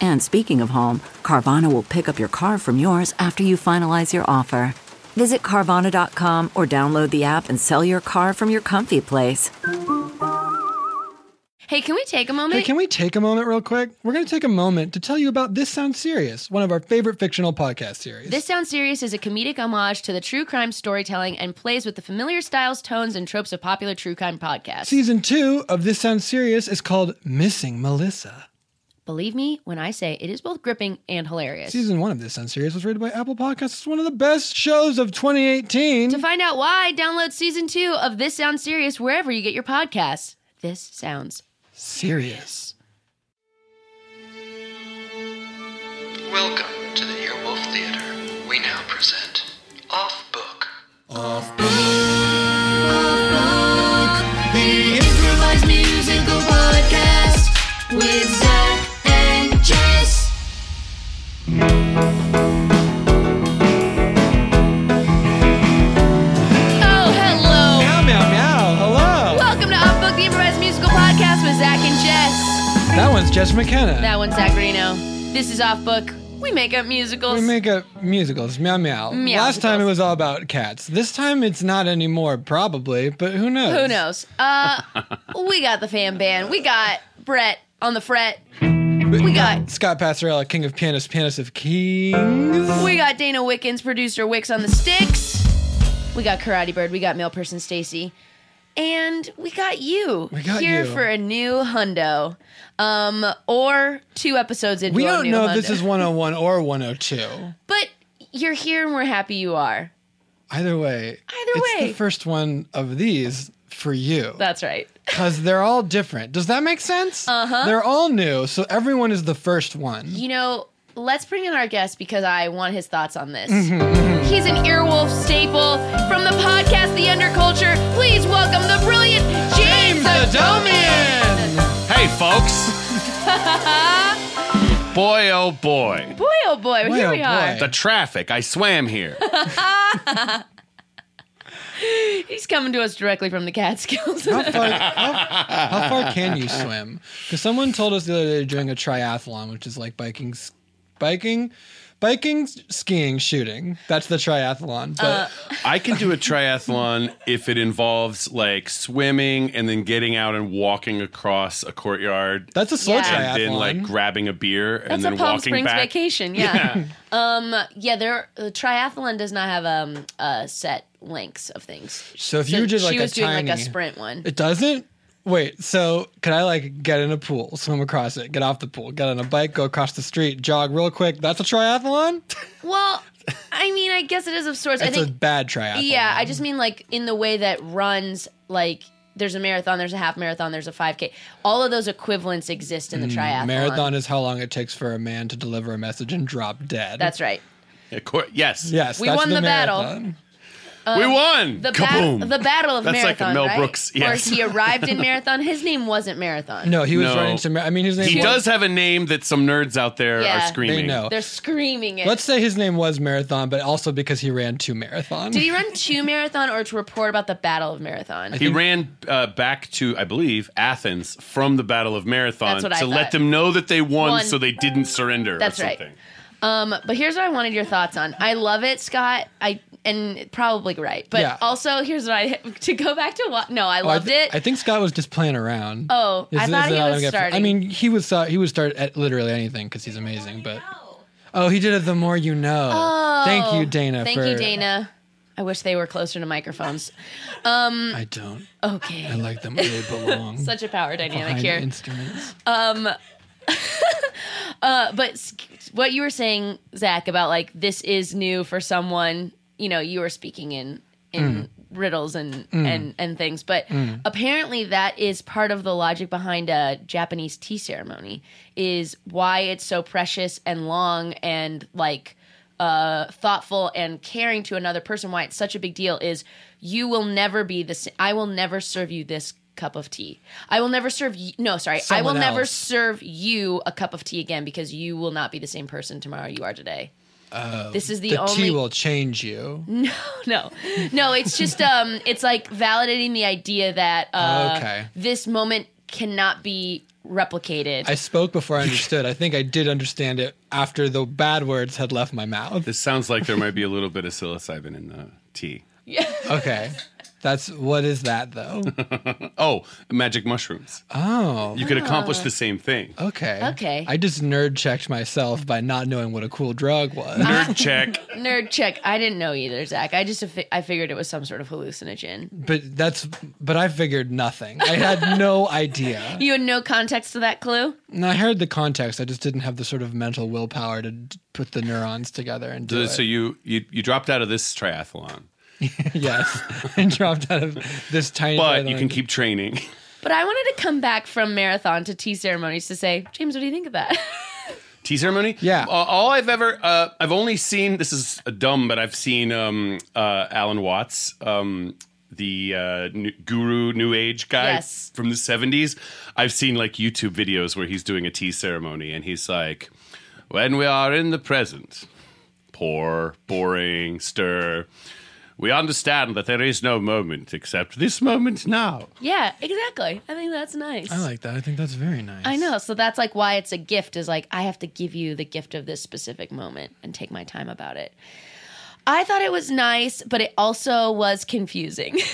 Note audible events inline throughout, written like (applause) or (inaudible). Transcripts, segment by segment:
And speaking of home, Carvana will pick up your car from yours after you finalize your offer. Visit Carvana.com or download the app and sell your car from your comfy place. Hey, can we take a moment? Hey, can we take a moment real quick? We're going to take a moment to tell you about This Sounds Serious, one of our favorite fictional podcast series. This Sounds Serious is a comedic homage to the true crime storytelling and plays with the familiar styles, tones, and tropes of popular true crime podcasts. Season two of This Sounds Serious is called Missing Melissa. Believe me when I say it is both gripping and hilarious. Season one of This Sounds Serious was rated by Apple Podcasts as one of the best shows of 2018. to find out why, download season two of This Sounds Serious wherever you get your podcasts. This sounds serious. Welcome to the Earwolf Theater. We now present Off Book. The improvised musical podcast with Zach and Jess. Oh, hello! Meow, meow, meow. Hello. Welcome to Off Book, the improvised musical podcast with Zach and Jess. That one's Jess McKenna. That one's Zach Reno. This is Off Book. We make up musicals. we make up musicals. Meow, meow. Meow Last time musicals. it was all about cats. This time it's not anymore, probably, but who knows? Who knows? Uh, we got the fan band. We got Brett on the fret. We got Scott Passarella, King of Pianists, Pianist of Kings. we got Dana Wickens, producer Wicks on the sticks. We got Karate Bird. We got male person Stacy, and we got you We got here you. for a new hundo, um, or two episodes into We a don't new know if this hundo. is 101 or 102. But you're here, and we're happy you are. Either way, Either it's way. the first one of these for you That's right. Uh-huh. because they're all different. Does that make sense? Uh huh. They're all new, so everyone is the first one. You know, let's bring in our guest because I want his thoughts on this. Mm-hmm, He's an earwolf staple from the podcast The Underculture. Please welcome the brilliant James Adomian. Hey, folks. boy, oh boy. (laughs) Boy, oh boy, Boy, here oh we boy. are. The traffic. I swam (laughs) here. He's coming to us directly from the Catskills. How (laughs) far, how, how far can you swim? Because someone told us the other day during a triathlon, which is like biking, s- biking, biking, s- skiing, shooting. That's the triathlon. But Uh, I can do a triathlon if it involves like swimming and then getting out and walking across a courtyard that's a slow Yeah. triathlon. and then like grabbing a beer and That's then a Palm walking Springs back. vacation, yeah. (laughs) Um, yeah, there. The triathlon does not have um uh, set lengths of things. So if you did, she like, a was doing like a tiny- sprint one. It doesn't? Wait, so could I like get in a pool, swim across it, get off the pool, get on a bike, go across the street, jog real quick? That's a triathlon? Well, I mean, I guess it is of sorts. I That's think a bad triathlon. Yeah, I just mean like in the way that runs like there's a marathon, there's a half marathon, there's a 5K. All of those equivalents exist in the triathlon. Mm, Marathon is how long it takes for a man to deliver a message and drop dead. That's right. Of course- Yes. yes. We that's won the battle. Um, marathon. we won. The, Kaboom. bat- the battle of That's like a marathon, Mel right? Brooks, yes. Or he (laughs) arrived in marathon. His name wasn't marathon. No, he was No. running to. Mar- I mean, his name. he was, does have a name that some nerds out there Yeah. are screaming. They know. they're screaming it. Let's say his name was marathon, but also because he ran two marathon. Did he run to marathon or to report about the battle of marathon? He ran uh, back to, I believe, Athens from the Battle of Marathon That's to what I thought. let them know that they won, Won. so they didn't surrender That's or right. something. Um, but here's what I wanted your thoughts on. I love it, Scott. I and probably right, but Yeah. also here's what I (laughs) to go back to what. No, I Oh, I, loved thi- it. I think Scott was just playing around. Oh, I thought it he not was gonna get- starting. I mean, he was uh, he would start at literally anything because he's amazing. But Oh, he did it. The more you know. uh, Thank you, Oh, Dana. Thank for, you, Dana. I wish they were closer to (laughs) microphones. Um, I don't. I Okay. like them (laughs) where they belong. Such a power dynamic behind here. Instruments. (laughs) Um, uh, but s- what you were saying, Zach, about like this is new for someone. You know, you were speaking in in riddles and and and things, but Mm. Mm-hmm. apparently that is part of the logic behind a Japanese tea ceremony. Is why it's so precious and long and like uh, thoughtful and caring to another person. Why it's such a big deal is you will never be the. sa- I will never serve you this cup of tea. I will never serve you. No, sorry. I will Someone never else. serve you a cup of tea again because you will not be the same person tomorrow you are today. this is the, Uh, The only tea will change you. (laughs) no, no. It's just um, it's like validating the idea that uh, Okay. this moment cannot be replicated. (laughs) I spoke before I understood. I think I did understand it after the bad words had left my mouth. This sounds like there might be a little bit of psilocybin in the tea. (laughs) Okay. That's what is that though? Oh, magic mushrooms. Oh. You could accomplish the same thing. Okay. Okay. I just nerd checked myself by not knowing what a cool drug was. Nerd check. Uh, (laughs) Nerd check. I didn't know either, Zach. I just fi- I figured it was some sort of hallucinogen. But that's but I figured nothing. I had no idea. You had no context to that clue. And I heard the context. I just didn't have the sort of mental willpower to d- put the neurons together and do So, it. so you, you you dropped out of this triathlon, (laughs) yes, and dropped out of this tiny. but little- you can keep training. But I wanted to come back from marathon to tea ceremonies to say, James, what do you think of that? (laughs) tea ceremony. Yeah. Uh, all I've ever, uh, I've only seen. This is dumb, but I've seen um, uh, Alan Watts, um, the uh, new, guru, New Age guy Yes. from the seventies. I've seen like YouTube videos where he's doing a tea ceremony, and he's like, "When we are in the present, pour, boring, stir." We understand that there is no moment except this moment now. yeah, exactly. I think that's nice. I like that. I think that's very nice. I know. So that's like why it's a gift is like I have to give you the gift of this specific moment and take my time about it. I thought it was nice, but it also was confusing. (laughs)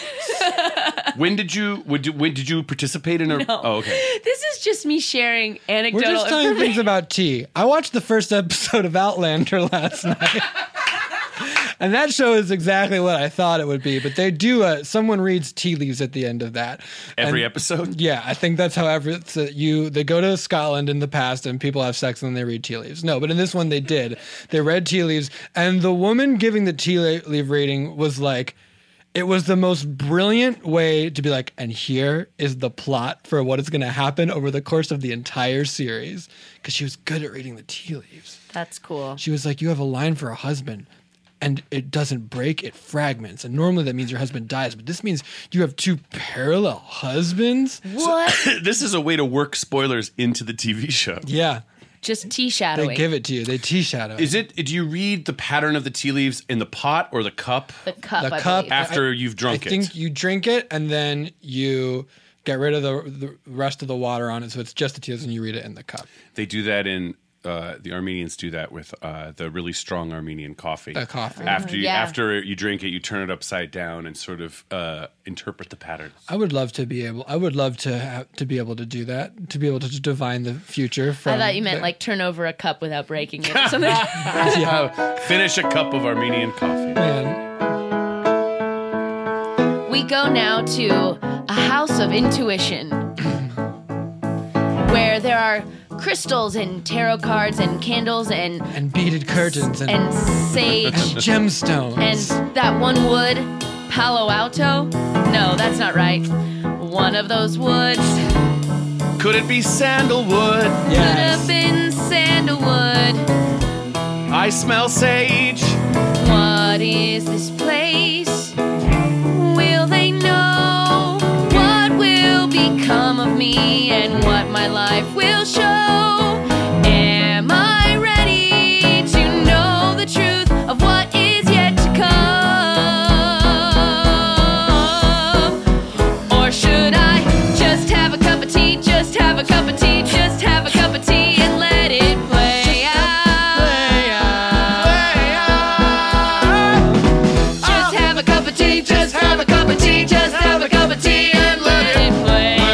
When did you? Would you? When did you participate in a? Oh, okay. this is just me sharing We're anecdotal just telling information. things about tea. I watched the first episode of Outlander (laughs) last night. And that show is exactly what I thought it would be, but they do. A, someone reads tea leaves at the end of that. Every And- episode. Yeah, I think that's how every it's that you they go to Scotland in the past and people have sex and then they read tea leaves. No, but in this one they did. They read tea leaves and the woman giving the tea le- leaf reading was like it was the most brilliant way to be like and here is the plot for what is going to happen over the course of the entire series cuz she was good at reading the tea leaves. That's cool. She was like you have a line for a husband and it doesn't break, it fragments. And normally that means your husband dies, but this means you have two parallel husbands. What? (laughs) this is a way to work spoilers into the TV show. Yeah, just tea they shadowing. give it to you. They tea shadow. Is it? Do you read the pattern of the tea leaves in the pot or the cup the cup. The I cup believe. after you've I drunk think it? you drink it and then you get rid of the, the rest of the water on it, so it's just the tears, and you read it in the cup. They do that in. Uh, the Armenians do that with uh, the really strong Armenian coffee. The coffee. After you, yeah. after you drink it, you turn it upside down and sort of uh, interpret the (laughs) pattern. I would love to be able. I would love to ha- to be able to do that. To be able to just divine the future. From I thought you meant the- like turn over a cup without breaking it. or something. (laughs) Finish a cup of Armenian coffee. Man, we go now to a house of intuition where there are crystals and tarot cards and candles and and beaded curtains and, and sage gemstones. and that one wood, Palo Alto? No, that's not right. One of those woods Could it be sandalwood? could have yes. been sandalwood. I smell sage. What is this place? Will they know what will become of me and what my life will show? Am I ready to know the truth of what is yet to come? Or should I just have a cup of tea, just have a cup of tea, just have a cup of tea and let it play out? Just have a cup of tea, just have a cup of tea, just have a cup of tea and let it play out.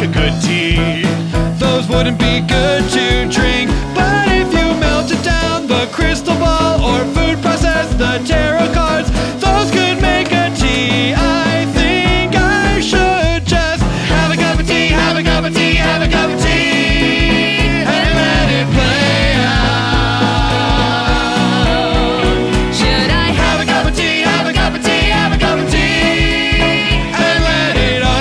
a good tea. Those wouldn't be good to drink, but if you melted down the crystal ball or food process the tarot cards, those could make a tea. I think I should just have a cup of tea, have a cup of tea, have a cup of tea, and let it play out. Should I have a cup of tea, have a cup of tea, have a cup of tea, and let it all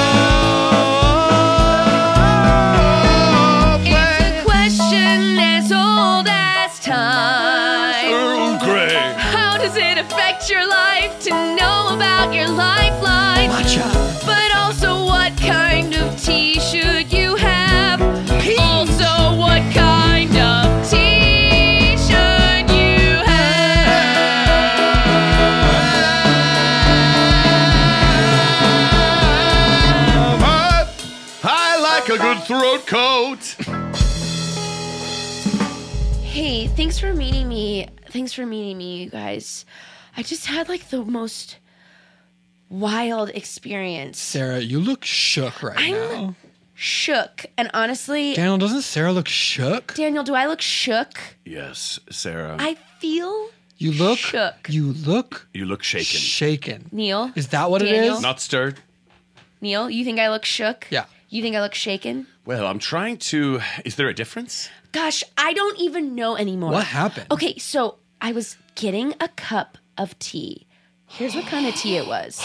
play It's a question as old as time. Earl Grey. How does it affect your life to know about your lifeline? But also, what kind of tea should you have? Also, what kind of tea should you have? I, I like a good throat coat. Hey, thanks for meeting me. Thanks for meeting me, you guys. I just had like the most wild experience. Sarah, you look shook right I'm- now. Shook. And honestly, Daniel, doesn't Sarah look shook? Daniel, do I look shook? Yes, Uh, Sarah. I feel You look Shook. You look you look shaken. shaken. Neil. Is that what Daniel? it is? Not stirred. Neil, you think I look shook? Yeah. You think I look shaken? Well, I'm trying to. Is there a difference? Gosh, I don't even know anymore. What happened? Okay, so I was getting a cup of tea. Here's what kind of tea it (gasps) was.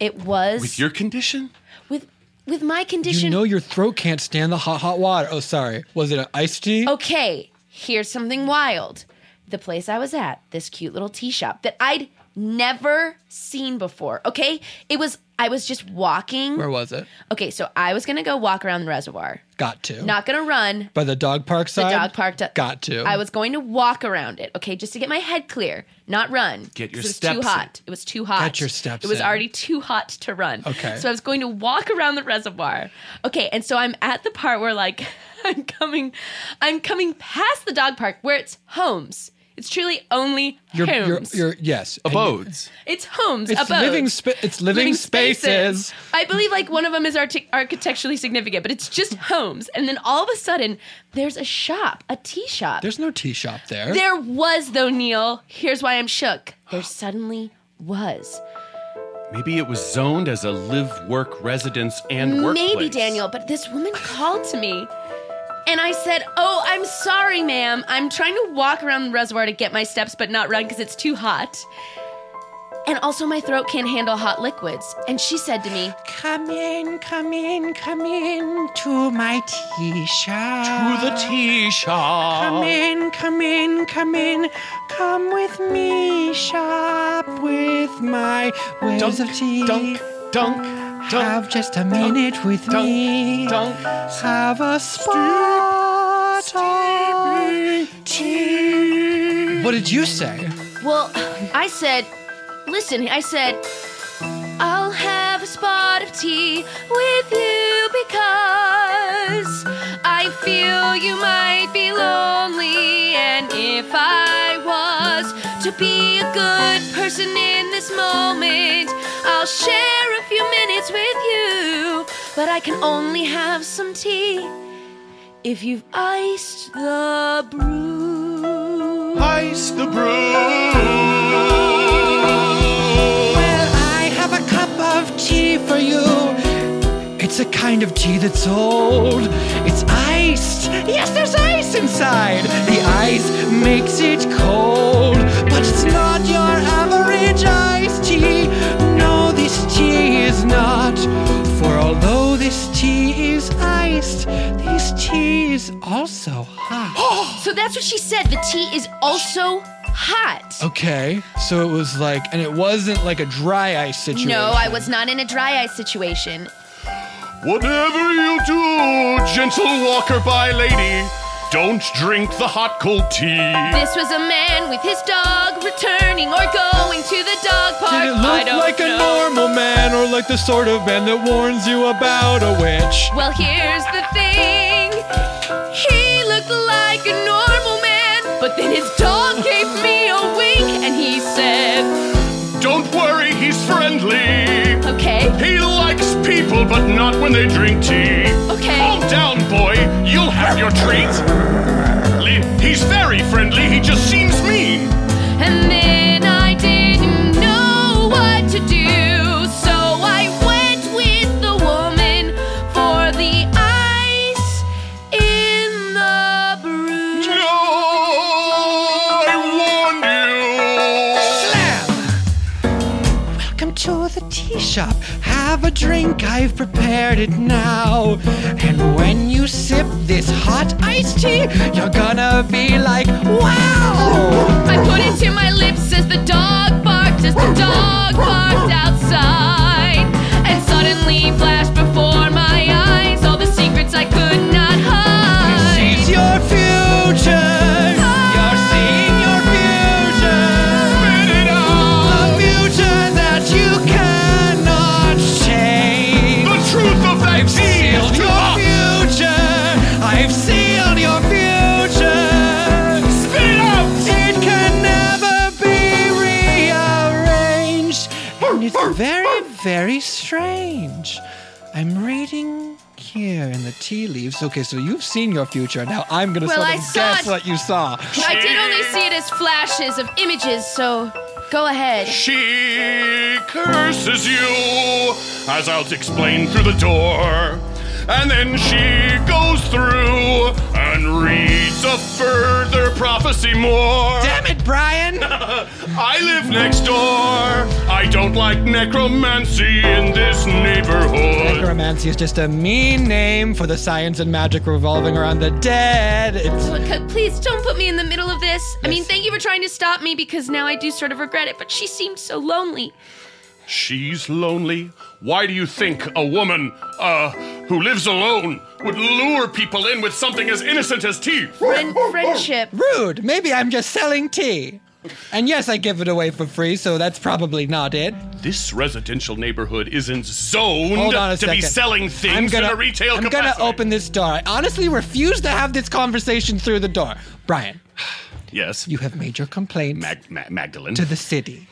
It was With your condition? with with my You condition. know your throat can't stand the hot, hot water. Oh, sorry. Was it an iced tea? Oh, okay, here's something wild. The place I was at, this cute little tea shop that I'd never seen before. Okay? It was I was just walking. Where was it? Okay, so I was gonna go walk around the reservoir. Got to. Not gonna run. By the dog park The side? dog parked up. Got to. I was going to walk around it, okay, just to get my head clear, not run. Get your 'cause It was steps too hot. It was too hot. Get your steps It was in. already too hot to run. Okay. So I was going to walk around the reservoir. Okay, and so I'm at the part where like (laughs) I'm coming, I'm coming past the dog park where it's homes. It's truly only Your, your, homes. your, yes. And Abodes. it's homes. It's abodes. living spa- it's living spaces. I believe like one of them is archi- architecturally significant, but it's just homes. And then all of a sudden, there's a shop, a tea shop. There's no tea shop there. There was, though, Neil. Here's why I'm shook. There suddenly was. Maybe it was zoned as a live, work, residence, and workplace. Maybe, Daniel, but this woman called to me. And I said, Oh, I'm sorry, ma'am. I'm trying to walk around the reservoir to get my steps, but not run because it's too hot. And also, my throat can't handle hot liquids. And she said to me, Come in, come in, come in to my tea shop. To Ah, the tea shop. Come in, come in, come in. Come with me, shop with my wares Dunk, of tea. dunk, dunk, Have dunk, just a minute with dunk, me. dunk. Have a spot of tea. What did you say? Well, I said, listen, I said, I'll have a spot of tea with you because I feel you might be lonely. And if I was to be a good person in this moment, I'll share a few minutes with you. But I can only have some tea if you've iced the brew. Ice the brew. Well, I have a cup of tea for you. It's a kind of tea that's old. It's iced. Yes, there's ice inside. The ice makes it cold. But it's not your average iced tea. No, this tea is not. For although this tea is iced, this tea is also hot. (gasps) So that's what she said. The tea is also hot. okay, so it was like, and it wasn't like a dry ice situation. No, I was not in a dry ice situation. Whatever you do, gentle walker by lady, don't drink the hot cold tea. This was a man with his dog returning or going to the dog park. Did it I look don't like a know. normal man or like the sort of man that warns you about a witch? Well, here's the thing. He looked like a normal man, but then his dog gave me a wink and he said, Don't worry, he's friendly. "Okay, He likes people, but not when they drink tea. your treats. Li- He's very friendly, he just seems mean. And then I didn't know what to do, so I went with the woman for the ice in the brew. No, I warned you. Welcome to the tea shop. Have a drink, I've prepared it now. And when you sip this hot iced tea, you're gonna be like, wow! I put it to my lips as the dog barked, as the dog barked outside. And suddenly flashed before my eyes all the secrets I could not hide. Seize your future! You're seeing your future! The future that you cannot change! The truth of that tea sealed is your up. future. I've sealed your future. Spit it out. It can never be rearranged. And it's very, very strange. I'm reading here in the tea leaves. Okay, so you've seen your future. Now I'm gonna Well, sort I of saw guess it. what you saw. I did only see it as flashes of images, so go ahead. She curses you, as I'll explain through the door. And then she goes through and reads a further prophecy more. Damn it, Brian! (laughs) I live next door. I don't like necromancy in this neighborhood. Necromancy is just a mean name for the science and magic revolving around the dead. It's Look, Please don't put me in the middle of this. I mean, thank you for trying to stop me because now I do sort of regret it, but she seemed so lonely. She's lonely. Why do you think a woman, uh, who lives alone would lure people in with something as innocent as tea? Friend- friendship. rude. Maybe I'm just selling tea. And yes, I give it away for free, so that's probably not it. This residential neighborhood isn't zoned Hold on a to second. be selling things I'm gonna, in a retail I'm capacity. gonna open this door. I honestly refuse to have this conversation through the door. Brian, Yes, you have made your complaint Mag- Ma- Magdalene. to the city.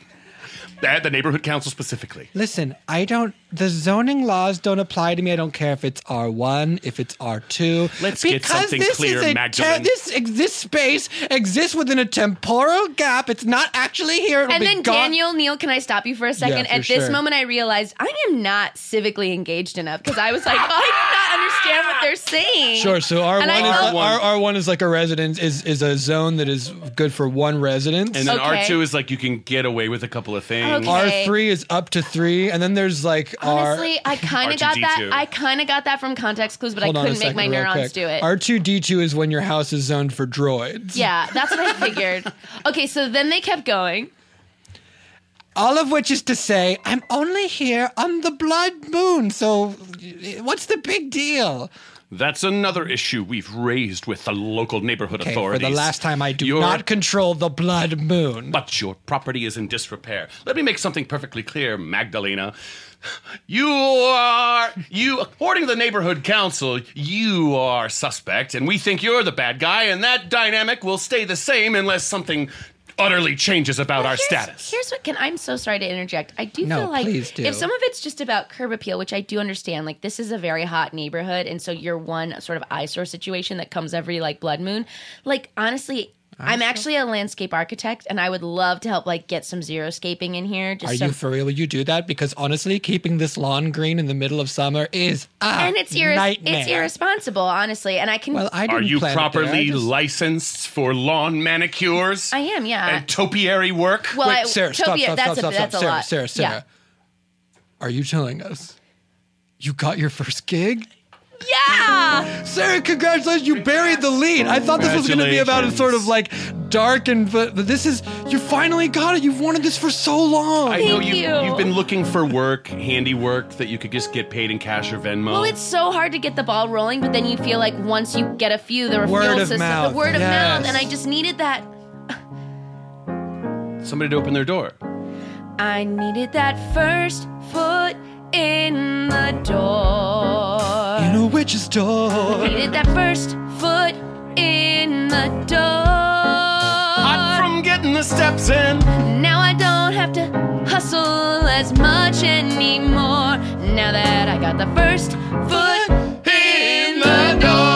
Uh, the neighborhood council specifically. Listen, I don't. The zoning laws don't apply to me. I don't care if it's R one, if it's R two. Let's get something clear, Magdalene. this ex- this space exists within a temporal gap. It's not actually here. It'll And be then gone- Daniel, Neil, can I stop you for a second? for At this sure. moment, I realized I am not civically engaged enough because I was like, I do not understand what they're saying. Sure. So R one And I is felt- R R one is like a residence is is a zone that is good for one residence. And then Okay. R2 is like you can get away with a couple of things. Okay. R three is up to three, and then there's like Honestly, R. I kind of got that. R2D2. I kind of got that from context clues, but I Hold on a couldn't make second, my real neurons quick. do it. R two D two is when your house is zoned for droids. yeah, that's what I figured. okay, so then they kept going. All of which is to say, I'm only here on the blood moon. So, what's the big deal? That's another issue we've raised with the local neighborhood Okay, for authorities. the last time, I do Your- not control the blood moon. But your property is in disrepair. Let me make something perfectly clear, Magdalena. You are you according to the neighborhood council, you are suspect and we think you're the bad guy and that dynamic will stay the same unless something utterly changes about our Here's- status. Here's what can I'm so sorry to interject. I do No, feel like please do. if some of it's just about curb appeal, which I do understand, like this is a very hot neighborhood, and so you're one sort of eyesore situation that comes every like blood moon. Like honestly, I'm actually a landscape architect, and I would love to help like get some xeriscaping in here. Just Are some, you for real? Will you do that? Because honestly, keeping this lawn green in the middle of summer is a and it's irres- Ah, nightmare. it's irresponsible, honestly. And I can Well, I didn't Are you plant it there, I properly just- licensed for lawn manicures? I am, yeah. And topiary work? well, I, Wait, Sarah, stop, Topia, stop, that's stop, stop, a, stop. that's a Sarah, lot. Sarah, Sarah. Are you telling us you got your first gig? Yeah. yeah. Sarah, congratulations! You buried the lead. I thought this was going to be about a sort of like dark and but, but this is you finally got it. You've wanted this for so long. I know Thank you, you. You've been looking for work, handiwork that you could just get paid in cash or Venmo. Well, it's so hard to get the ball rolling, but then you feel like once you get a few, the referral Word of system, mouth, the word of yes. mouth, and I just needed that. somebody to open their door. I needed that first foot in the door. In a witch's door. needed that first foot in the door. Hot from getting the steps in. Now I don't have to hustle as much anymore. Now that I got the first foot in the door.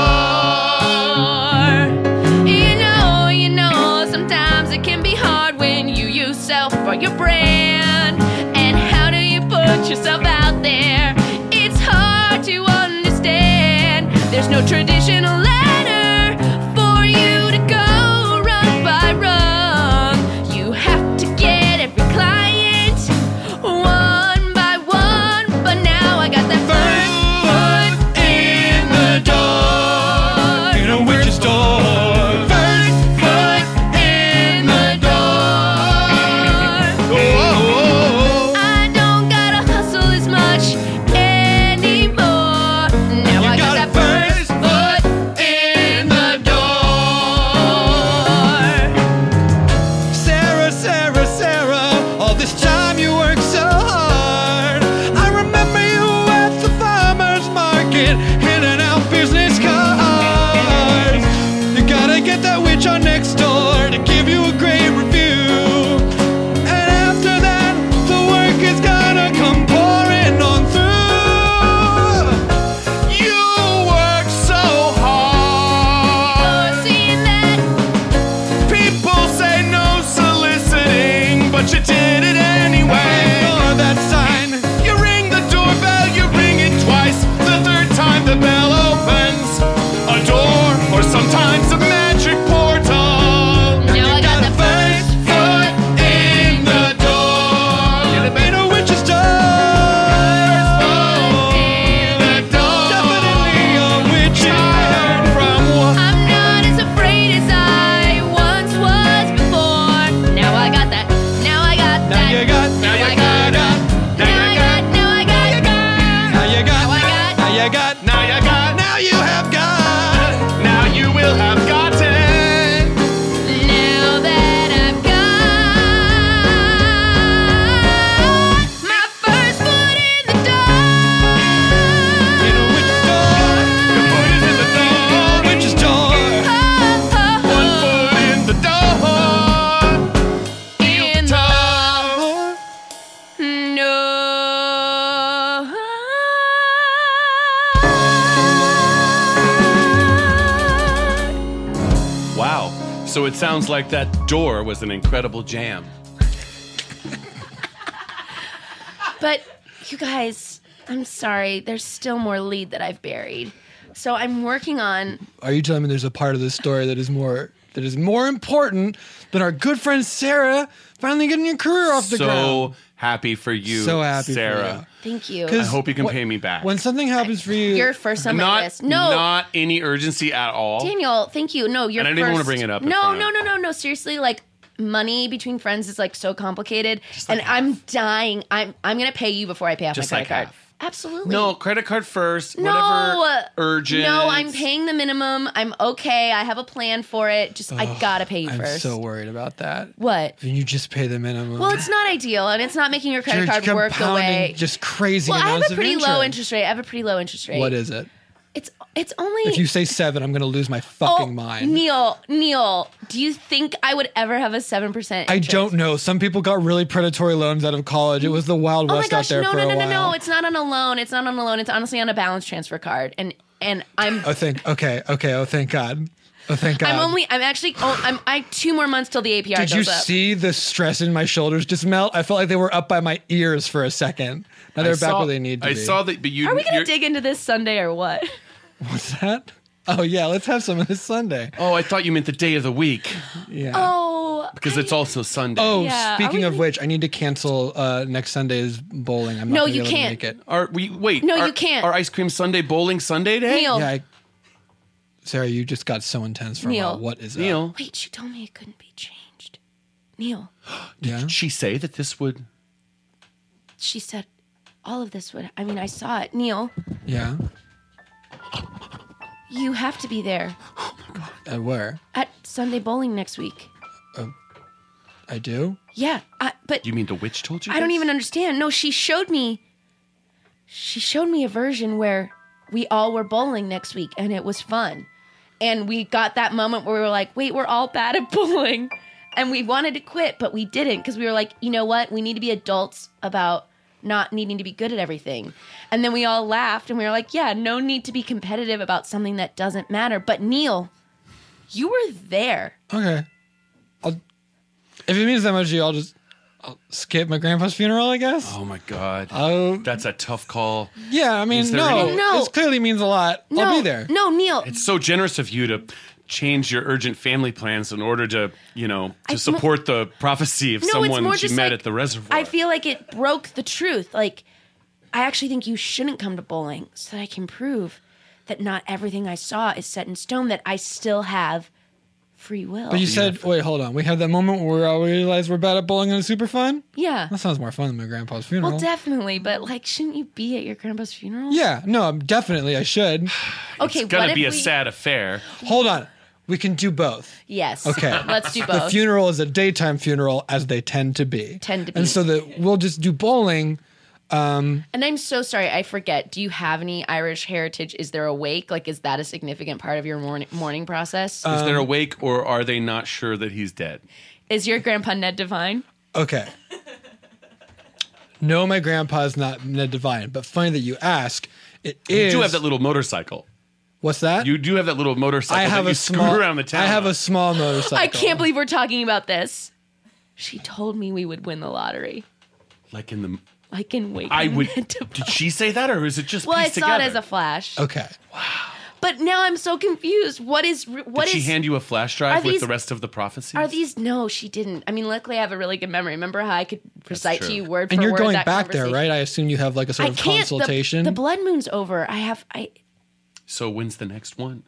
put yourself out there. It's hard to understand. There's no traditional ladder for you to go rung by rung. You have to get every client one by one. But now I got that first foot in the door. In a witch's store. First foot in the door. I don't gotta hustle as much anymore. Now I got that first foot in the door. Sarah, Sarah, Sarah, all this time you worked so hard. I remember you at the farmer's market, handing out business cards. You gotta get that witch on next door to give you a great review. And after that, the work is gonna come pouring on through. You work so hard. Seeing that People say no soliciting, but you did it anyway. Ignore that sign. You ring the doorbell, you ring it twice. The third time the bell opens a door, or sometimes a magic portal. now I got that first foot in the door. door. It made a witch's door. In the Definitely a witch's door. From what? I'm not as afraid as I once was before. Now I got that. Now I got Now that. you got. Now I got that. Now Now I you got. got. Now I got. Now you got. Now I got. Now you got. Now you got. Now you have got. Now you will have gotten. Now that I've got my first foot in the door. In a witch's door. Your foot is in the door. Witch's door. Oh, oh, oh. One foot in the door. in the no. Wow. So it sounds like that door was an incredible jam. But you guys, I'm sorry. There's still more lead that I've buried. So I'm working on. Are you telling me there's a part of this story that is more that is more important than our good friend Sarah finally getting your career off the so ground? happy for you, So happy for Sarah. Thank you. 'Cause I hope you can what- pay me back. When something happens for you, You're first on my not, list. No, not any urgency at all. Daniel, thank you. No, you're. And I didn't even first. wanna bring it up in No, front of- no, no, no, no. Seriously, like money between friends is like so complicated, and I'm dying. I'm I'm gonna pay you before I pay off Just my like credit card. half. Absolutely. No, credit card first. No. Whatever urgent. No, I'm paying the minimum. I'm okay. I have a plan for it. Just I gotta pay you I'm first. so worried about that. what? Then you just pay the minimum. Well, it's not ideal, and it's not making your credit You're card work compounding away. Just crazy well, I have amounts a of pretty low interest. interest rate. I have a pretty low interest rate. What is it? It's it's only If you say seven, I'm going to lose my oh, fucking mind. Neil, Neil, do you think I would ever have a seven percent? I don't know. Some people got really predatory loans out of college. It was the wild Oh my west gosh! out there No, for no, a no, no, while. no! It's not on a loan. It's not on a loan. It's honestly on a balance transfer card, and and I'm oh, thank. Okay, okay. Oh, thank God. Oh, thank God. I'm only I'm actually oh, I'm I two more months till the APR Did goes you up. see the stress in my shoulders just melt? I felt like they were up by my ears for a second. Now they're I back saw- where they need to I be. saw that, but you. Are we gonna you're- dig into this Sunday or what? What's (laughs) that? Oh yeah, let's have some of this Sunday. Oh, I thought you meant the day of the week Yeah. Oh, because it's also Sunday. Oh, Yeah, are speaking we of gonna- which, I need to cancel uh, next Sunday's bowling. I'm not No, gonna you be able can't. To make it. Are we? Wait. No, are- you can't. Are ice cream Sunday bowling Sunday day? Neil, Yeah. I, Sarah, you just got so intense for a Neil. while. uh, What is Neil, wait, she told me it couldn't be changed. Neil, that? Yeah. did she say that this would? she said all of this would. I mean, I saw it. Neil, Yeah. you have to be there I where? at Sunday bowling next week. I do. Yeah, I, but You mean the witch told you? I don't this? even understand. No, she showed me. She showed me a version where we all were bowling next week, and it was fun. And we got that moment where we were like, "Wait, we're all bad at (laughs) bowling," and we wanted to quit, but we didn't because we were like, "You know what? We need to be adults about." Not needing to be good at everything. And then we all laughed and we were like, yeah, no need to be competitive about something that doesn't matter. But Neil, you were there. Okay. I'll, if it means that much to you, I'll just. skip my grandpa's funeral, I guess. Oh my god. Oh, That's a tough call. yeah. I mean, Is there no, any- No. This clearly means a lot. No, I'll be there. No, Neil. It's so generous of you to change your urgent family plans in order to, you know, to It's more- support the prophecy of no, it's someone more she just met like, at the reservoir. I feel like it broke the truth. Like, I actually think you shouldn't come to bowling so that I can prove that not everything I saw is set in stone. That I still have free will. But you said, wait, hold on. We had that moment where I realized we're bad at bowling and it's super fun. yeah. That sounds more fun than my grandpa's funeral. Well, definitely, but like, shouldn't you be at your grandpa's funeral? yeah, no, I'm definitely I should. (sighs) Okay. it's gonna what be a if we- sad affair. Hold on. We can do both. Yes. Okay. (laughs) Let's do The both. funeral is a daytime funeral, as they tend to be. Tend to be. And so that we'll just do bowling. um, and I'm so sorry, I forget. Do you have any Irish heritage? Is there a wake? Like, is that a significant part of your morning morning process? Um, Is there awake or are they not sure that he's dead? is your grandpa Ned Divine? Okay. No, my grandpa's not Ned Divine, but funny that you ask. It You is. do have that little motorcycle. What's that? You do have that little motorcycle. I have that a you small. screw around the town. I have on. a small motorcycle. I can't believe we're talking about this. She told me we would win the lottery. like in (laughs) the. I can wait. I (laughs) would. Ned Devine. Did she say that, or is it just? Well, I pieced saw it together? as a flash, Okay. but now I'm so confused. What is re- what Did is? she hand you a flash Are drive these- with the rest of the prophecies? are these? No, she didn't. I mean, luckily I have a really good memory. Remember how I could recite to true. you word And for you're word going that back there, conversation? right? I assume you have like a sort I of can't. the- consultation. The, blood moon's over. I have. I So when's the next one?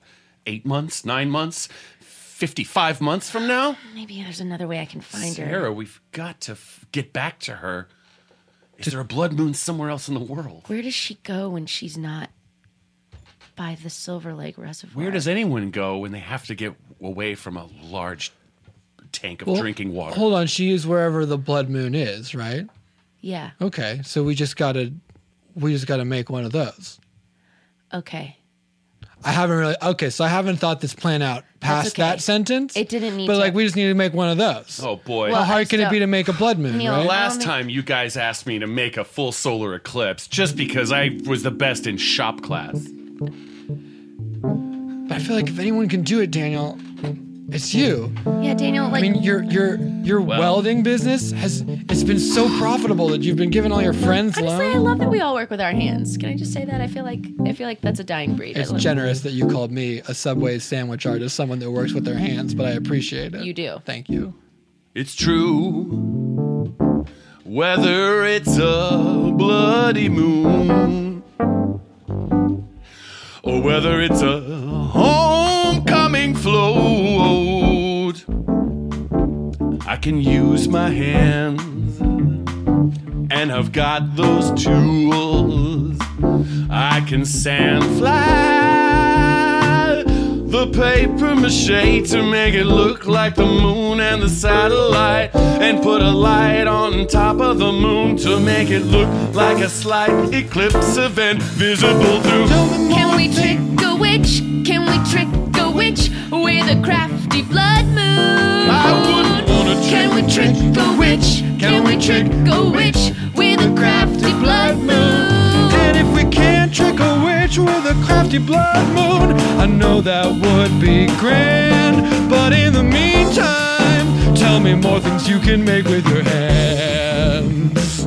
Eight months? Nine months? Fifty-five months from now? maybe there's another way I can find her. Sarah, we've got to f- get back to her. Is there a blood moon somewhere else in the world? Where does she go when she's not by the Silver Lake Reservoir? Where does anyone go when they have to get away from a large tank of Well, drinking water? Hold on, she is wherever the blood moon is, right? Yeah. Okay, so we just gotta, we just gotta make one of those. Okay. I haven't really. Okay, so I haven't thought this plan out past okay. that sentence. It didn't need But to. like, we just need to make one of those. Oh boy. How Well, hard can it so- be to make a blood moon? Neil, right? Last Well, time you guys asked me to make a full solar eclipse just because I was the best in shop class. But I feel like if anyone can do it, Daniel, it's you. Yeah, Daniel. Like I mean, your your your welding business has it's been so profitable that you've been giving all your Mm-hmm. friends honestly, I loans. love that we all work with our hands. Can I just say that? I feel like I feel like that's a dying breed. I It's love- generous that you called me a Subway sandwich artist, someone that works with their hands, but I appreciate it. You do. Thank you. It's true. Whether it's a bloody moon or whether it's a homecoming float, I can use my hands and I've got those tools. I can sand fly the paper mache to make it look like the moon and the satellite, and put a light on top of the moon to make it look like a slight eclipse event visible through. Can we trick a witch? Can we trick a witch with a crafty blood moon? I wouldn't wanna trick Can we trick a witch? Can we trick a witch with a crafty blood moon? And if we can't trick a witch with a crafty blood moon, I know that would be grand. But in the meantime, tell me more things you can make with your hands.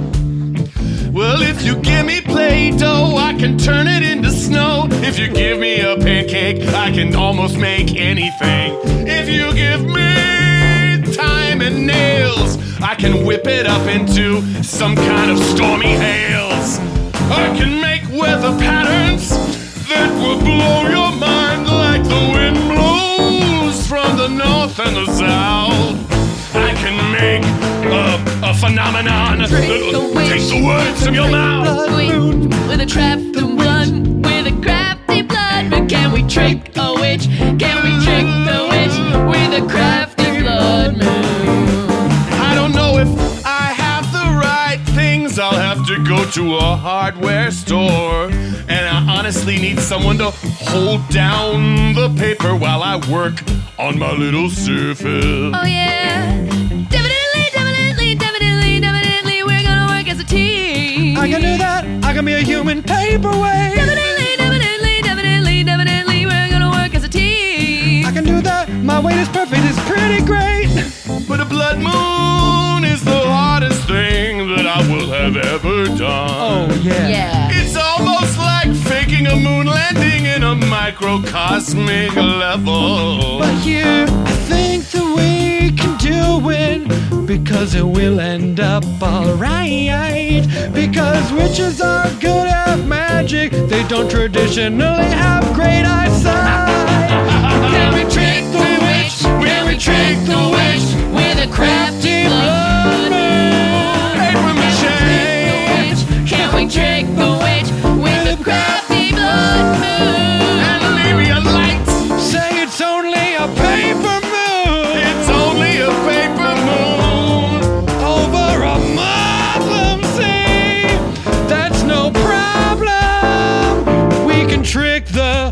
Well, if you give me Play Doh, I can turn it into snow. If you give me a pancake, I can almost make anything. If you give me time and nails, I can whip it up into some kind of stormy hails. I can make weather patterns that will blow your mind like the wind blows from the north and the south. I can make a, a phenomenon Trick that'll a witch. take the words from your mouth. Moon with a crafty one with a crafty blood moon. Can we trick a witch? Can we trick the witch with a crafty blood moon? I don't know if I have the right things. I'll have to go to a hardware store. And I honestly need someone to hold down the paper while I work on my little surface. Oh yeah, definitely, definitely, definitely, definitely, we're gonna work as a team. I can do that. I can be a human paperweight. Definitely, definitely, definitely, definitely, we're gonna work as a team. I can do that. My weight is perfect. It's pretty great. But a blood moon is the hardest will have ever done. Oh yeah. Yeah. It's almost like faking a moon landing in a microcosmic level. But here, I think that we can do it because it will end up alright. Because witches are good at magic, they don't traditionally have great eyesight. Can we trick the witch? Can we trick the witch with a crafty blood moon? Paper mache. Can we trick the witch with a crafty blood moon? Delirium lights, Say it's only a paper moon it's only a paper moon. over a problem scene. That's no problem. We can trick the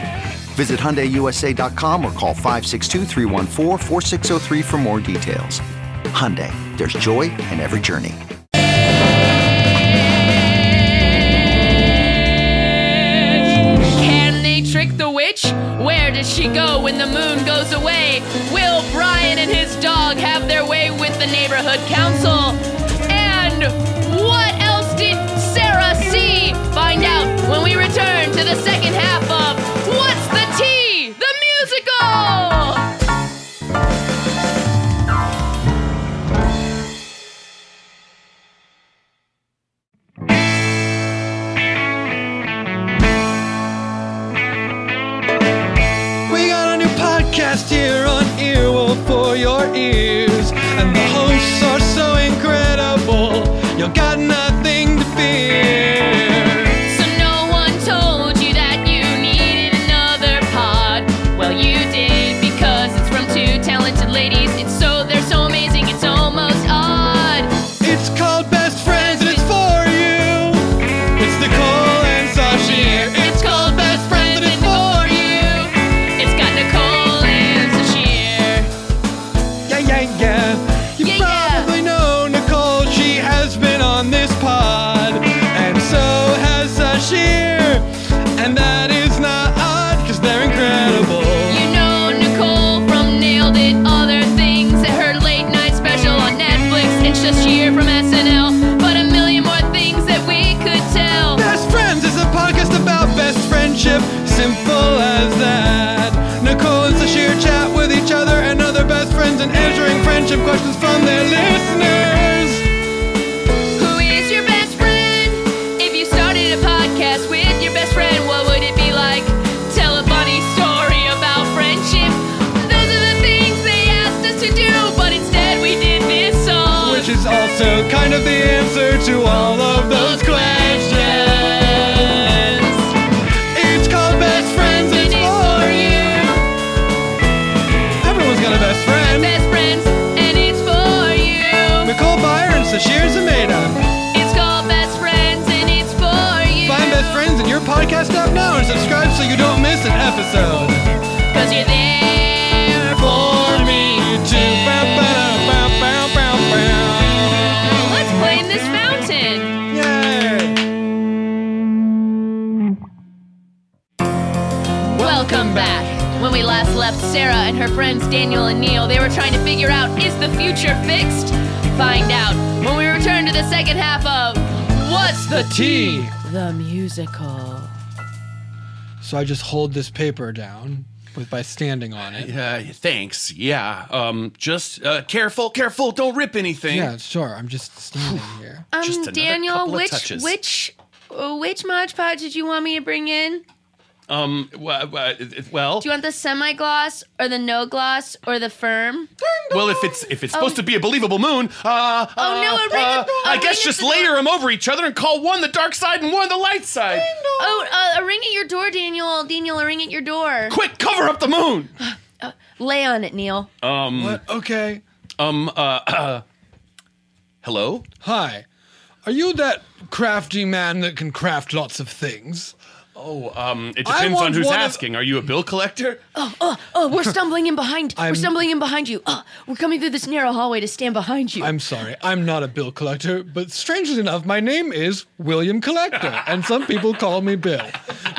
Visit HyundaiUSA.com or call 562-314-4603 for more details. Hyundai, there's joy in every journey. Can they trick the witch? Where does she go when the moon goes away? Will Brian and his dog have their way with the neighborhood council? And what else did Sarah see? Find out when we return to the second half of What's the Tea? The musical! We got a new podcast here on Earwolf for your ears. And the hosts are so incredible, you got nothing to fear. So no one told you that you needed another pod. Well, you did because it's from two talented ladies. It's so they're so amazing, it's almost odd. It's called Best Friends and it's for you. It's Nicole and Sashir. It's called Best Friends and it's for you. It's got Nicole and Sashir. Yeah, yeah, yeah. You Yeah, yeah. probably know Nicole, she has been on this pod. And so has Sashir. And that is not odd, because they're incredible. You know Nicole from Nailed It, other things, and her late night special on Netflix. It's Sashir from SNL, but a million more things that we could tell. Best Friends is a podcast about best friendship, simple as that. Nicole and Sashir chat with each other and other best friends and answering friendship questions from their listeners. Who is your best friend? If you started a podcast with your best friend, what would it be like? Tell a funny story about friendship. Those are the things they asked us to do, but instead we did this song. Which is also kind of the answer to all of those questions. It's called Best Friends, it's for you. Everyone's got a best friend. Best friends, and it's for you. Nicole Byer and Sashir Zameda. It's called best friends, and it's for you. Find Best Friends in your podcast app now and subscribe so you don't miss an episode. Cause you're there for for me me. to bow, bow, bow, bow, bow, bow. Let's play in this fountain. Welcome back. When we last left Sarah and her friends Daniel and Neil, they were trying to figure out is the future fixed? Find out when we return to the second half of What's the Tea? The musical. So I just hold this paper down with by standing on it. Yeah, thanks. Yeah. Um, just uh, careful, careful. Don't rip anything. Yeah, sure. I'm just standing here. Um, Just another Daniel, couple of which touches. which uh, which Mod Podge did you want me to bring in? Um. wha- wha- Well. Do you want the semi gloss or the no gloss or the firm? Well, if it's if it's Oh. supposed to be a believable moon, uh, Oh, no, uh, a ring at uh, the- a I ring guess at just the layer them over each other and call one the dark side and one the light side. Oh, uh, a ring at your door, Daniel. Daniel, a ring at your door. Quick, cover up the moon. Lay on it, Neil. Um. Okay. Um. Uh. (coughs) uh hello. Hi. Are you that crafty man that can craft lots of things? Oh, um, it I depends on want who's one of- asking. Are you a bill collector? Oh, oh, oh, we're stumbling in behind. I'm- We're stumbling in behind you. Oh, we're coming through this narrow hallway to stand behind you. I'm sorry, I'm not a bill collector, but strangely enough, my name is William Collector, and some people call me Bill.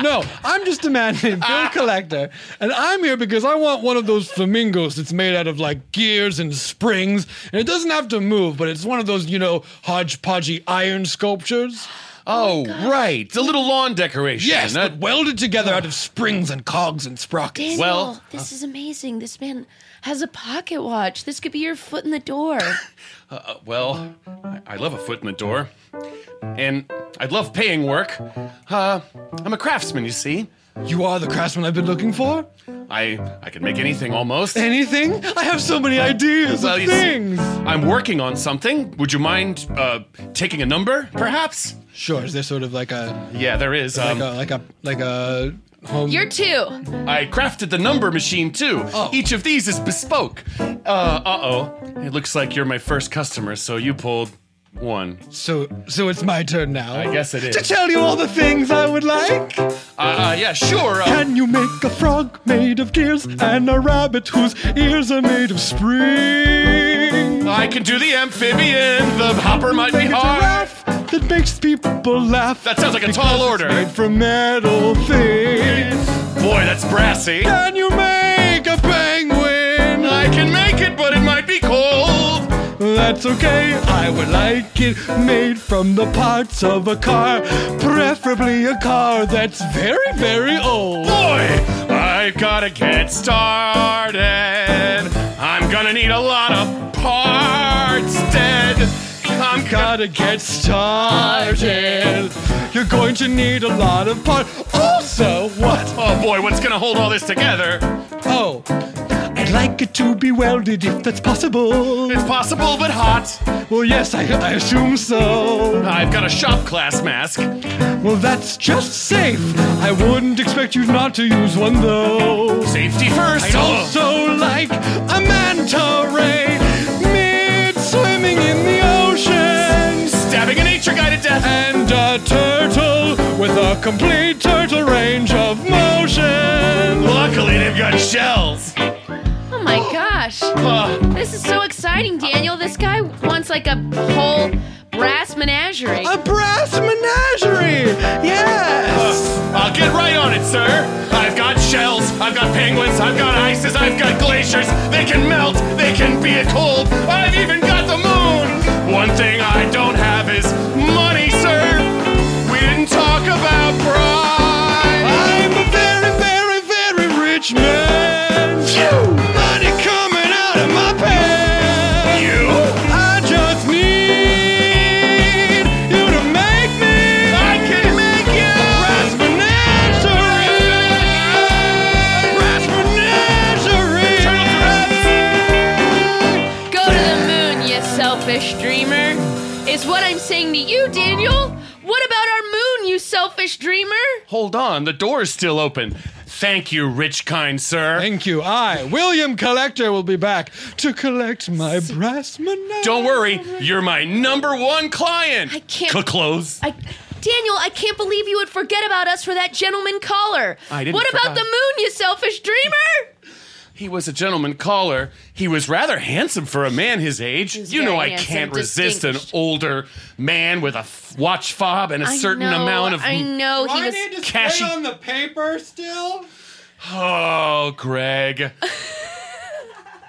No, I'm just a man named (laughs) Bill Collector, and I'm here because I want one of those flamingos that's made out of like gears and springs, and it doesn't have to move, but it's one of those, you know, hodgepodgey iron sculptures. Oh, right. The little lawn decoration. Yes, That- but welded together out of springs and cogs and sprockets. Daniel, this uh. is amazing. This man has a pocket watch. This could be your foot in the door. Uh, uh, well, I- I love a foot in the door, and I'd love paying work. Uh, I'm a craftsman, you see. You are the craftsman I've been looking for. I I can make anything almost. Anything? I have so many ideas Well, of you see- things. I'm working on something. Would you mind uh, taking a number, perhaps? Sure, is there sort of like a Yeah, there is. Um, like a like a like a home? You're two. I crafted the number machine too. Oh. Each of these is bespoke. Uh uh oh. It looks like you're my first customer, so you pulled one. So so it's my turn now. I guess it is. To tell you all the things I would like. Uh, uh yeah, sure. Uh, Can you make a frog made of gears and a rabbit whose ears are made of spring? I can do the amphibian. The hopper might be Make a hard. giraffe that makes people laugh. That sounds like a tall because order. It's made from metal things. Boy, that's brassy. Can you make a penguin? I can make it, but it might be cold. That's okay, I would like it made from the parts of a car, preferably a car that's very, very old. Boy, I've gotta get started. I'm gonna need a lot of parts, Dead. I'm gonna. Gotta get started. You're going to need a lot of parts. Also, what? Oh boy, what's gonna hold all this together? Oh, I'd like it to be welded if that's possible. It's possible, but hot. Well, yes, I, I assume so. I've got a shop class mask. Well, that's just safe. I wouldn't expect you not to use one though. Safety 1st I'd also like a manta ray mid swimming in the ocean. stabbing a nature guy to death. And a turtle with a complete turtle range of motion. Luckily, they've got shells. Oh (gasps) my gosh. Uh, This is so exciting, Daniel. This guy wants like a whole brass menagerie. A brass menagerie! Yes! Uh, I'll get right on it, sir. I've got shells, I've got penguins, I've got ices, I've got glaciers. They can melt, they can be cold. I've even got the moon. One thing I don't have is money, sir. We didn't talk about pride. I'm a very, very, very rich man. Money coming out of my pants. You? I just need you to make me. I can make you Brass menagerie. Brass menagerie. Go to the moon, you selfish dreamer. Is what I'm saying to you, Daniel. What about our moon, you selfish dreamer? Hold on, the door is still open. Thank you, rich kind sir. Thank you. I, William Collector, will be back to collect my brass menagerie. Don't worry, you're my number one client. I can't- close. I, Daniel, I can't believe you would forget about us for that gentleman caller. I didn't what about forgot. the moon, you selfish dreamer? He was a gentleman caller. He was rather handsome for a man his age. was You know, very I handsome, can't resist an distinguished. older man with a f- watch fob and a I certain know, amount of. I know he was. Cashy- the paper still? Oh, (laughs) Greg.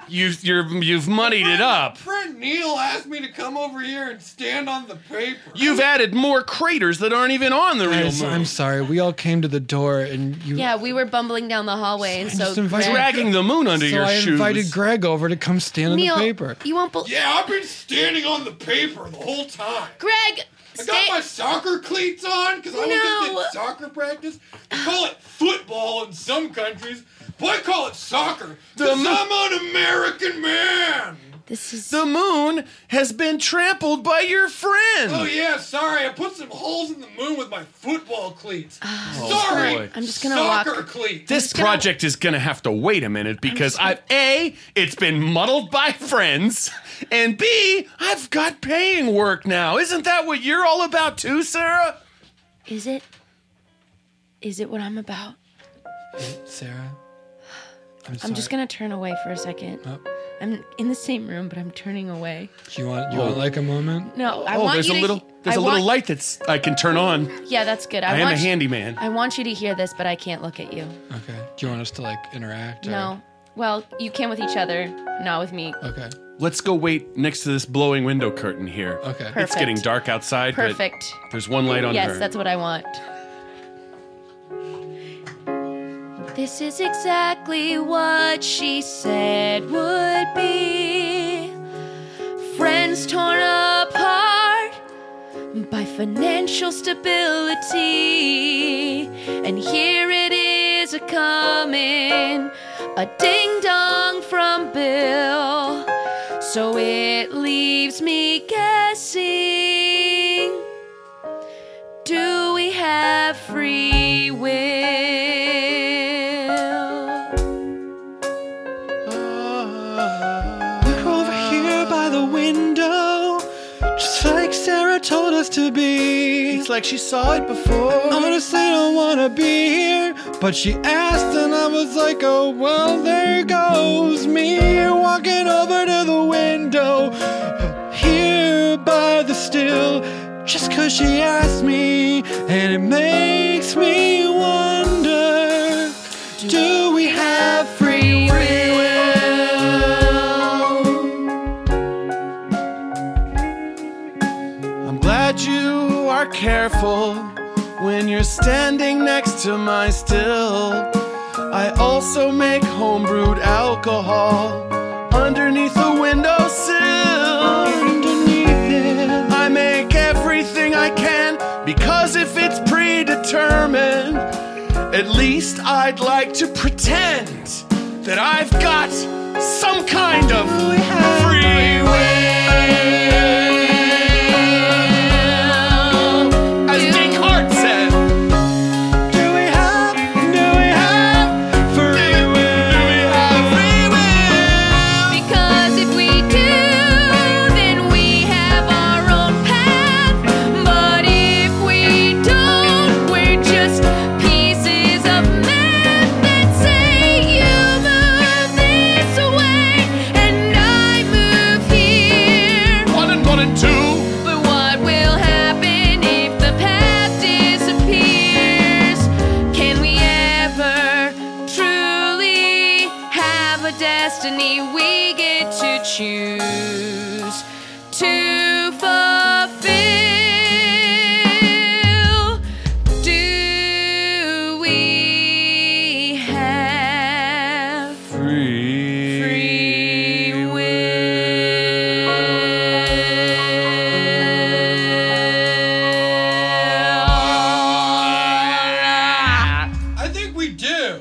You've you're, you've moneyed it up. Brent Neal asked me to come over here and stand on the paper. You've added more craters that aren't even on the real Guys, moon. I'm sorry. We all came to the door and you Yeah, we were bumbling down the hallway, and so just invited- dragging the moon under so your I shoes. invited Greg over to come stand on Neil, the paper. you won't believe. Yeah, I've been standing on the paper the whole time. Greg, I got my soccer cleats on because I No. was just in soccer practice. They call it football in some countries, but I call it soccer because I'm an American man. This is the moon has been trampled by your friend. Oh yeah, sorry. I put some holes in the moon with my football cleats. Oh, sorry. boy. Ah, I'm just gonna soccer walk- cleats. This project is going to have to wait a minute because I've A, it's been muddled by friends, and B, I've got paying work now. Isn't that what you're all about too, Sarah? Is it? Is it what I'm about? Sarah. I'm, just gonna turn away for a second. Oh. I'm in the same room, but I'm turning away. Do you want you want like a moment? No, I oh, want there's you a to little he- there's I a little want- light that's I can turn on. Yeah, that's good. I, I am want a you- handyman. I want you to hear this, but I can't look at you. Okay. Do you want us to like interact? or- No. Well, you can with each other, not with me. Okay. Let's go wait next to this blowing window curtain here. Okay. It's Perfect. getting dark outside. but Perfect. There's one light on yes, her. that's what I want. This is exactly what she said would be. Friends torn apart by financial stability. And here it is a coming, a ding dong from Bill. So it leaves me guessing. Do we have free will? We're over here by the window, just like Sarah told us to be. It's like she saw it before. Honestly, don't wanna be here, but she asked, and I was like, oh well, there goes me walking over to the window, here by the still. Just cause she asked me, and it makes me wonder do we have free will? I'm glad you are careful when you're standing next to my still. I also make homebrewed alcohol underneath the windowsill. Underneath it, I make everything I can because if it's predetermined, at least I'd like to pretend that I've got some kind of free will. As Descartes said, Do we have, do we have free will? Do we have free Because if we do, then we have our own path. But if we don't, we're just pieces of math that say you move this way and I move here. One and one and two. But what will happen if the path disappears? Can we ever truly have a destiny we get to choose to fulfill? Do we have free, I think we do.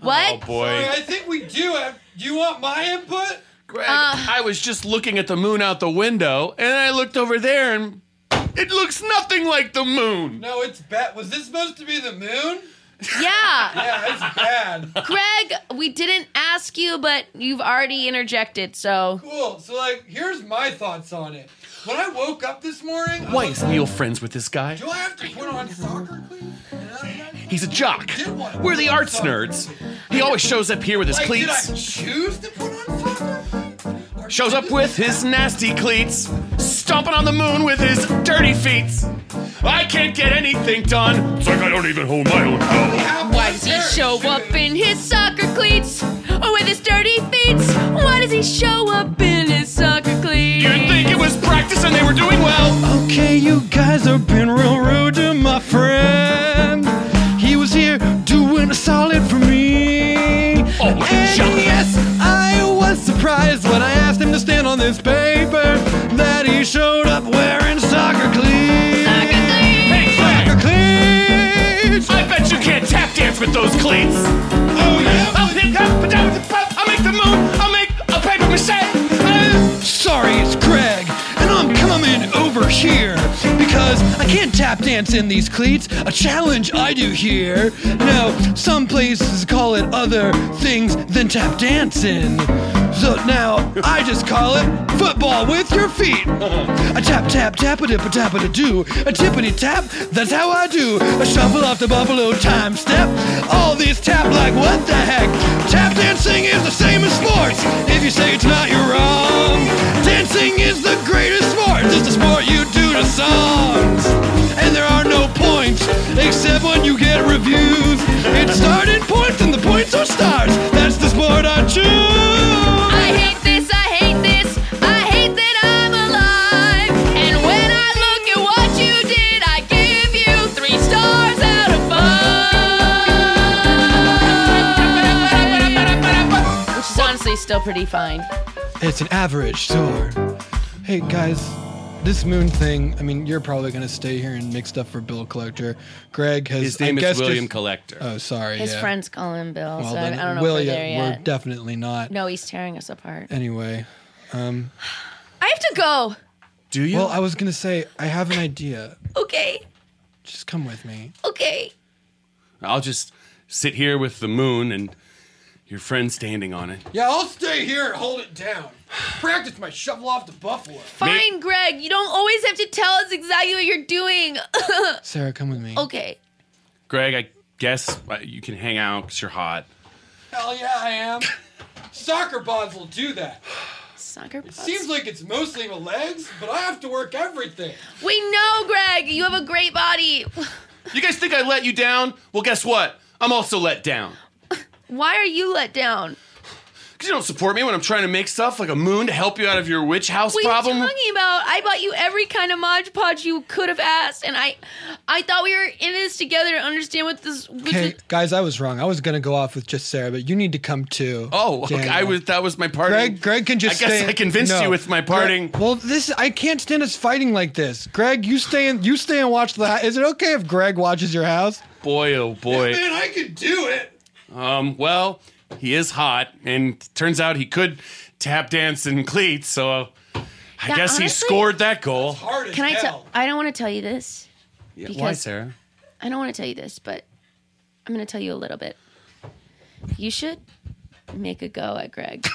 What? Oh, Sorry, I think we do. Have, do you want my input? Greg, I was just looking at the moon out the window, and I looked over there, and it looks nothing like the moon. No, it's bad. Was this supposed to be the moon? Yeah. Yeah, it's (laughs) bad. Greg, we didn't ask you, but you've already interjected, so. cool. So like, here's my thoughts on it. When I woke up this morning, I Why was is like, Neil friends with this guy? Do I have to put on soccer cleats? He's a jock. We're the arts nerds. He always shows up here with his Like, did I cleats, choose to put on soccer? shows up with his nasty cleats, stomping on the moon with his dirty feet. I can't get anything done. It's like I don't even hold my own towel. Why does he show up in his soccer cleats or with his dirty feet? Why does he show up in his soccer cleats? You'd think it was practice and they were doing well. Okay, you guys have been real rude to my friend. He was here doing a solid for me. Oh, and yes, I was surprised when I asked him to stand on this paper that he showed up wearing soccer cleats. Soccer cleats. soccer cleats. I bet you can't tap dance with those cleats. Oh yeah. I'll pick up, down with the pop. I'll make the moon. I'll make a paper mache. Uh, Sorry, it's Greg, and I'm coming over here because I can't tap dance in these cleats. A challenge I do here. Now, some places call it other things than tap dancing. So now I just call it football with your feet. A tap tap tap a dip a tap a do a tippity tap. That's how I do. A shuffle off the buffalo time step. All these tap like what the heck? Tap dancing is the same as sports. If you say it's not, you're wrong. Dancing is the greatest sport. It's the sport you do to songs. And there are no points except when you get reviews. It's starting points and the points are stars. That's the sport I choose. I hate this, I hate this, I hate that I'm alive. And when I look at what you did, I give you three stars out of five. Which is honestly still pretty fine. It's an average tour. Hey guys, this moon thing. I mean, you're probably gonna stay here and make stuff for Bill Collector. Greg has His name I is guess William just- Collector. Oh, sorry. His yeah. friends call him Bill, Well, so I I then, don't know William, if we're there yet. we're definitely not. no, he's tearing us apart. Anyway, um, I have to go. do you? Well, I was gonna say I have an idea. Okay, Just come with me. okay. I'll just sit here with the moon and your friend standing on it. Yeah, I'll stay here and hold it down. Practice my shovel off the buffalo. Fine, Greg. You don't always have to tell us exactly what you're doing. (laughs) Sarah, come with me. okay. Greg, I guess uh, you can hang out because you're hot. Hell yeah, I am. Soccer bods will do that. Soccer bods. Seems like it's mostly the legs, but I have to work everything. We know, Greg. You have a great body. You guys think I let you down? Well, guess what? I'm also let down. Why are you let down? Because you don't support me when I'm trying to make stuff like a moon to help you out of your witch house What problem. are you talking about? I bought you every kind of Mod Podge you could have asked, and I, I thought we were in this together to understand what this. Which Okay, guys, I was wrong. I was gonna go off with just Sarah, but you need to come too. Oh, okay. Daniel. I was that was my parting. Greg, Greg can just. I guess stay- I convinced No. you with my Greg- parting. well, this I can't stand us fighting like this. Greg, you stay and you stay and watch the. Is it okay if Greg watches your house? Boy, oh boy. I can do it. Um, well, he is hot, and turns out he could tap dance in cleats. So I Yeah, guess honestly- he scored that goal. can I tell? I don't want to tell you this. Yeah, why, because- Sarah? I don't want to tell you this, but I'm going to tell you a little bit. You should make a go at Greg.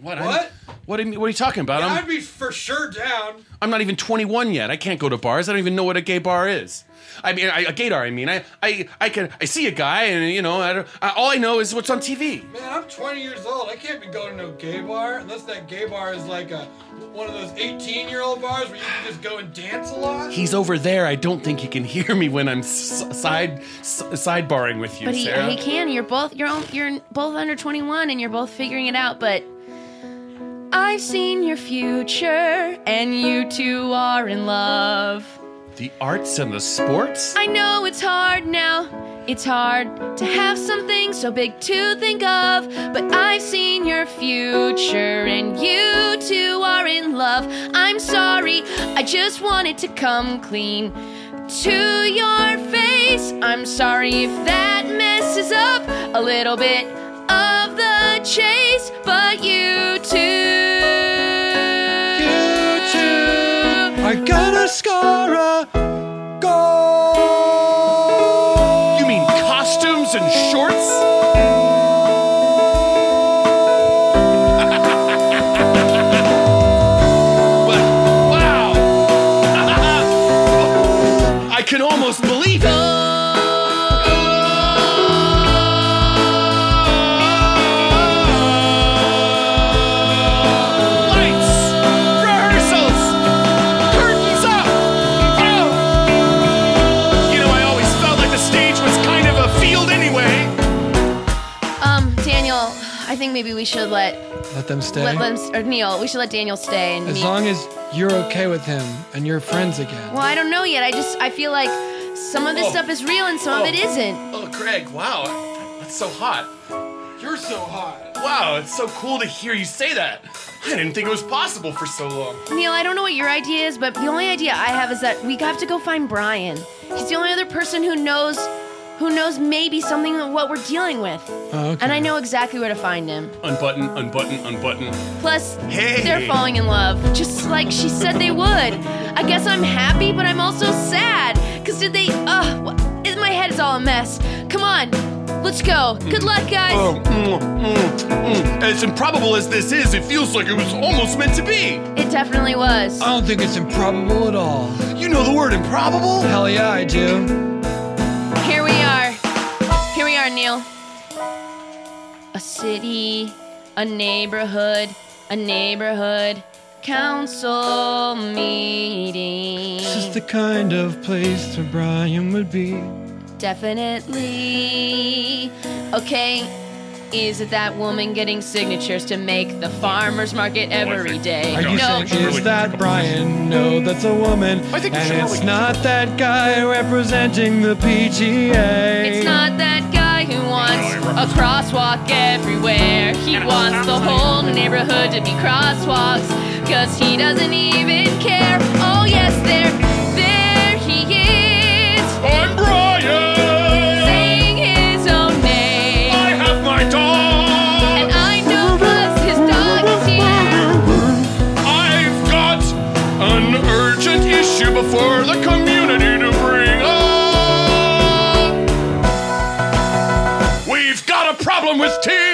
What? I'm- What, do you mean- what are you talking about? I'm, be for sure down. I'm not even 21 yet. I can't go to bars. I don't even know what a gay bar is. I mean, I, a gaydar. I mean, I, I, I can, I see a guy, and you know, I don't, I, all I know is what's on TV. Man, I'm 20 years old. I can't be going to no gay bar unless that gay bar is like a one of those 18 year old bars where you can just go and dance a lot. He's over there. I don't think he can (laughs) hear me when I'm s- side s- sidebarring with you, but he, Sarah. he can. You're both you're on- you're both under 21 and you're both figuring it out. But I've seen your future, and you two are in love. The arts and the sports. I know it's hard now. It's hard to have something so big to think of, but I've seen your future and you two are in love. I'm sorry, I just wanted to come clean to your face. I'm sorry if that messes up a little bit of the chase, but you two. I gotta score a goal. You mean costumes and (laughs) shorts? (laughs) wow! I can almost believe it. Oh. Um, Daniel, I think maybe we should let Let them stay. let them or Neil. We should let Daniel stay and as meet. long as you're okay with him and you're friends again. well, I don't know yet. I just I feel like some of this Oh. stuff is real and some Oh. of it isn't. Oh, Greg, wow. That's so hot. You're so hot. Wow, it's so cool to hear you say that. I didn't think it was possible for so long. Neil, I don't know what your idea is, but the only idea I have is that we have to go find Brian. He's the only other person who knows who knows maybe something of what we're dealing with. Oh, okay. And I know exactly where to find him. Unbutton, unbutton, unbutton. Plus, Hey. they're falling in love, just like she said they would. I guess I'm happy, but I'm also sad. Cause did they? Ugh, wha- it- my head is all a mess. Come on, let's go. Good luck, guys. Oh, mm, mm, mm. As improbable as this is, it feels like it was almost Oh. meant to be. It definitely was. I don't think it's improbable at all. You know the word improbable? Hell yeah, I do. Here we are. Here we are, Neil. A city, a neighborhood, a neighborhood council meeting. This is the kind of place where Brian would be. Definitely. Okay. Is it that woman getting signatures to make the farmer's market every day? Are you no. saying is that Brian? No, that's a woman. I think you should and it's really- not that guy representing the PTA. It's not that guy who wants a crosswalk everywhere. He wants the whole neighborhood to be crosswalks, cause he doesn't even care. Oh, yes, there, there he is. I'm Brian! Saying his own name. I have my dog! And I know plus his dog is here. I've got an urgent issue before the community to bring up. We've got a problem with tea.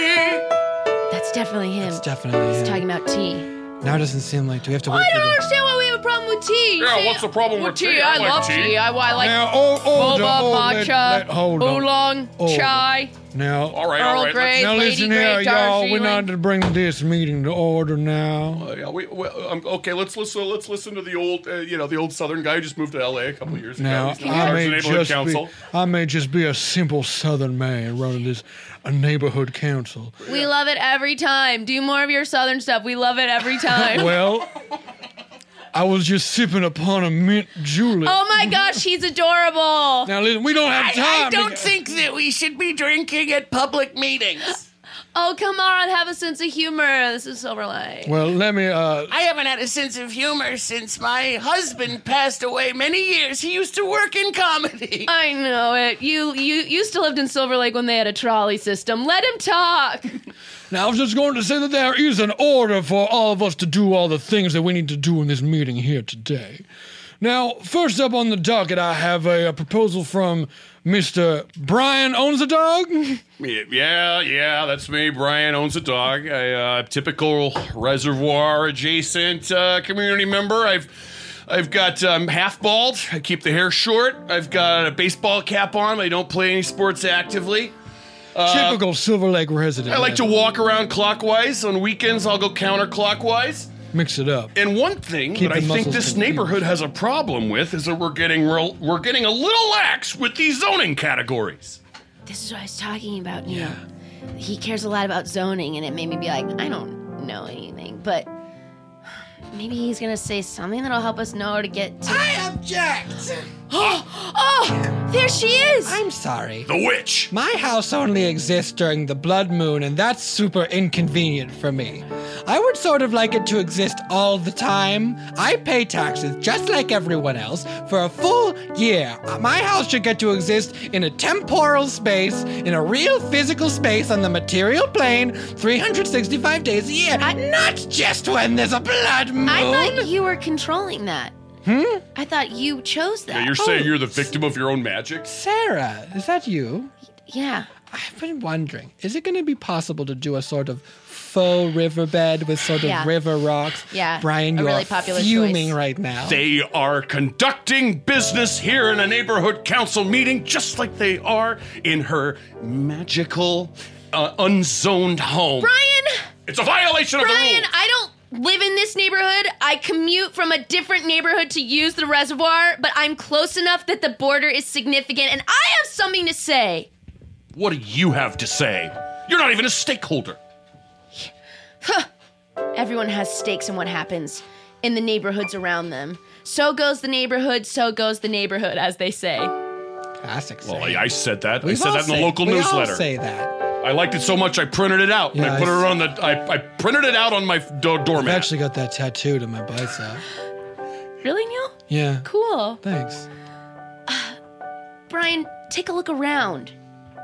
That's definitely him. That's definitely He's talking about tea. Now it doesn't seem like. Do we have to I wait for don't the understand why we have a problem with tea. Yeah, Tea- what's the problem with tea? I, I like love tea. tea. I, I like Now, oh, oh, boba, oh, let- matcha, let- hold on. oolong, Oh. chai. now? All right, all Earl right, let's- Grey, Now Lady listen Grey, here, y'all. We Darjeeling. need to bring this meeting to order now. Oh, Uh, yeah, we, we, um, okay, let's listen. Let's listen to the old, uh, you know, the old Southern guy who just moved to L.A. a couple years ago. Now He's in charge I of may the neighborhood just council. be, I may just be a simple Southern man running this a neighborhood council. We love it every time. Do more of your southern stuff. We love it every time. (laughs) well, I was just sipping upon a mint julep. oh my gosh, he's adorable. Now listen, we don't have time. to- think that we should be drinking at public meetings. Oh come on, have a sense of humor. This is Silver Lake. Well, let me. Uh, I haven't had a sense of humor since my husband passed away many years. He used to work in comedy. (laughs) I know it. You you you still lived in Silver Lake when they had a trolley system. Let him talk. now I was just going to say that there is an order for all of us to do all the things that we need to do in this meeting here today. Now, first up on the docket, I have a, a proposal from Mister Brian owns a dog. Yeah, yeah, yeah, that's me. Brian owns a dog. A uh, typical reservoir adjacent uh, community member. I've I've got um, half bald. I keep the hair short. I've got a baseball cap on. I don't play any sports actively. Uh, Typical Silver Lake resident. I like to walk around clockwise. On weekends, I'll go counterclockwise. mix it up. And one thing Keep that I the think muscles this confused. neighborhood has a problem with is that we're getting real, we're getting a little lax with these zoning categories. (laughs) This is what I was talking about, Neil. He cares a lot about zoning, and it made me be like, I don't know anything, but maybe he's gonna say something that'll help us know to get. To- I (gasps) object. oh, oh, there she is. I'm sorry. The witch. My house only exists during the blood moon, and that's super inconvenient for me. I would sort of like it to exist all the time. I pay taxes just like everyone else for a full year. My house should get to exist in a temporal space, in a real physical space on the material plane, 365 days a year, not just when there's a blood moon. I thought you were controlling that. Hmm? I thought you chose that. Yeah, you're Oh, saying you're the victim of your own magic? Sarah, is that you? Yeah. I've been wondering, is it going to be possible to do a sort of faux riverbed with sort of Yeah. river rocks? Yeah, Brian, a you're really popular fuming choice. right now. They are conducting business here in a neighborhood council meeting just like they are in her magical, uh, unzoned home. Brian. It's a violation of the Brian, rules. I don't live in this neighborhood. I commute from a different neighborhood to use the reservoir, but I'm close enough that the border is significant, and I have something to say. What do you have to say? You're not even a stakeholder. Huh. Everyone has stakes in what happens in the neighborhoods around them. So goes the neighborhood, so goes the neighborhood, as they say. Classic. Well, I, I said that. I We've said all that in the say- local we all newsletter. say that. I liked it so much I printed it out and Yeah, I put I it on the. I, I printed it out on my do- I've doormat. actually got that tattooed on my bicep. Really, Neil? Yeah. Cool. Thanks. (sighs) Brian, take a look around.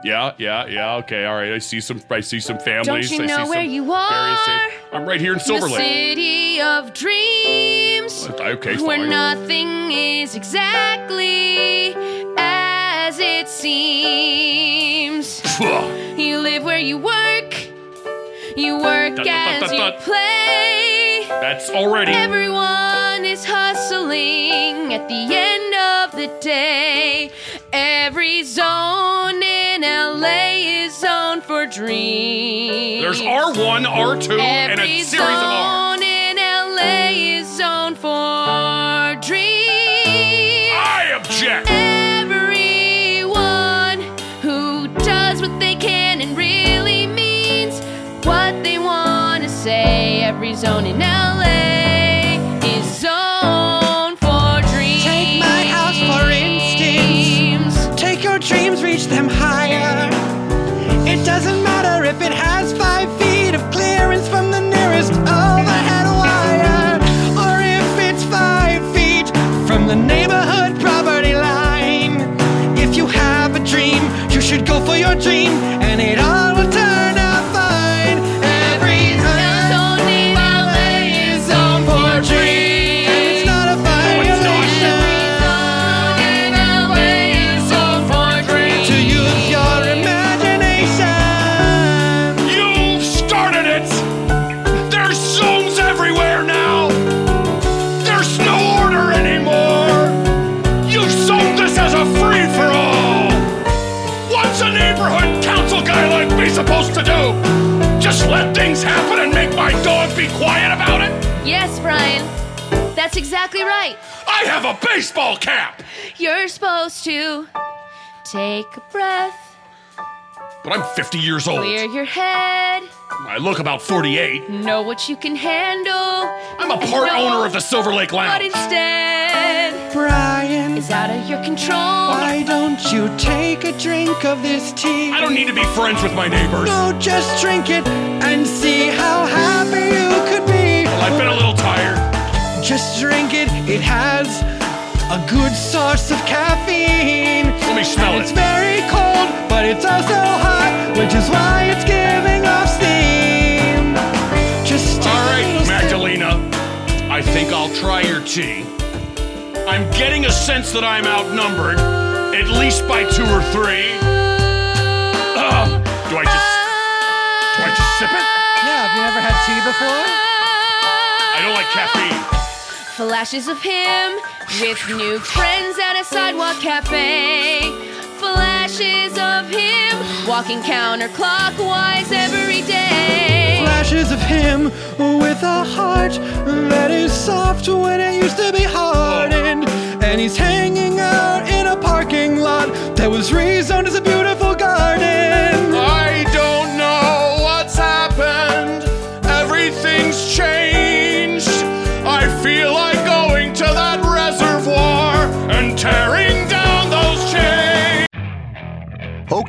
Yeah, yeah, yeah. Okay, all right. I see some. I see some families. Don't you I know see where some you are? various- I'm right here in Silver The Lake. city of dreams. Okay, fine. where nothing is exactly as it seems. you live where you work, you work Dun, dun, dun, as dun, you dun. play. That's already. Everyone is hustling at the end of the day. Every zone in LA is zoned for dreams. There's R1, R2, and a Every series of Rs. zone in LA is zoned for dreams. I object. Everyone who does what they can and really means what they want to say. Every zone in LA is zoned for dreams. Take my house for instance. Take your dreams, reach them higher. It doesn't matter if it has five feet of clearance from the nearest overhead wire, or if it's five feet from the neighborhood property line. If you have a dream, you should go for your dream, and it all will turn out fine. Every time is on for a dream, and it's not a violation. To use your imagination. You started it! There's zones everywhere now! There's no order anymore! You sold this as a free for all! What's a neighborhood council guy like me supposed to do? Just let things happen and make my dog be quiet about it? Yes, Brian. That's exactly right. I have a baseball cap! You're supposed to take a breath, But I'm 50 years old. clear your head, I look about 48. know what you can handle. I'm a part owner of the Silver Lake But Lounge. instead, Brian is out of your control. Why don't you take a drink of this tea? I don't need to be friends with my neighbors. No, just drink it and see how happy you could be. Well, I've been a little tired. Just drink it, it has a good source of caffeine. Let me smell and It's it. very cold, but it's also hot, which is why it's giving off steam. Just take All right, a little sip. Magdalena. I think I'll try your tea. I'm getting a sense that I'm outnumbered, at least by two or three. Ugh, do I just do I just sip it? Yeah, have you never had tea before? I don't like caffeine. Flashes of him with new friends at a sidewalk cafe. Flashes of him walking counterclockwise every day. Flashes of him with a heart that is soft when it used to be hardened. And he's hanging out in a parking lot that was rezoned as a beautiful garden. I don't know what's happened. Everything's changed. I feel like going to that reservoir and tearing down those chains.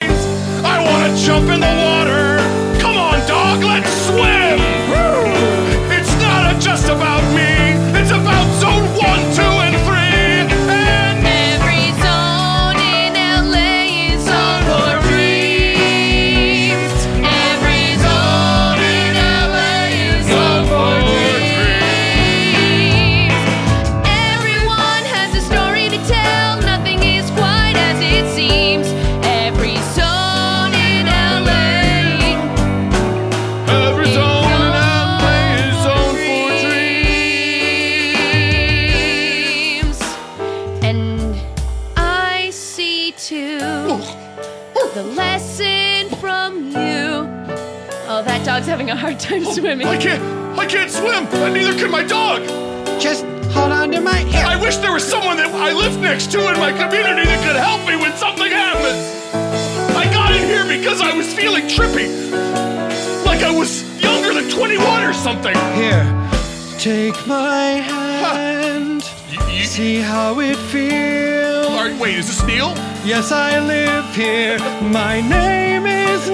I want to jump in the water. Come on, dog, let's swim. Woo! It's not just about me. It's about zone one, two, and three. And Every zone in LA is zone for dreams. Every zone in LA is zone for dreams. Everyone has a story to tell. Nothing is quite as it seems. Every zone in LA. every zone in LA is zone for dreams. And I see too the lesson from you. Oh, that dog's having a hard time swimming. Oh, I can't. I can't swim, and neither can my dog. Just hold on to my hair. I wish there was someone that I lived next to in my community that could help me when something happens. I got in here because I was feeling trippy, like I was younger than 21 or something. Here, take my hand. See how it feels. wait, is this Neil? Yes, I live here. My name is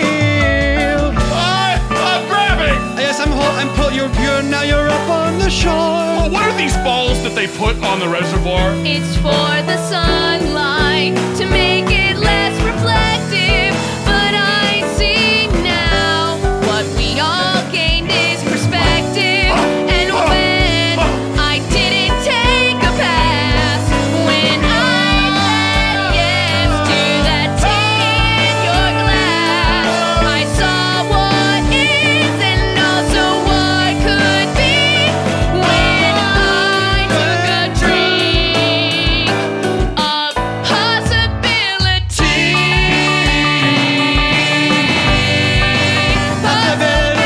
Neil. I, I'm grabbing. Yes, I'm hol- I'm pull. You're, you're now. You're up on the shore. Oh, what are these balls that they put on the reservoir? It's for the sunlight to make it less reflective. But I see now what we all gained is perspective. And when I didn't take a pass, when I said yes to that tea in your glass, I saw what is and also what could be when I took a drink of possibility.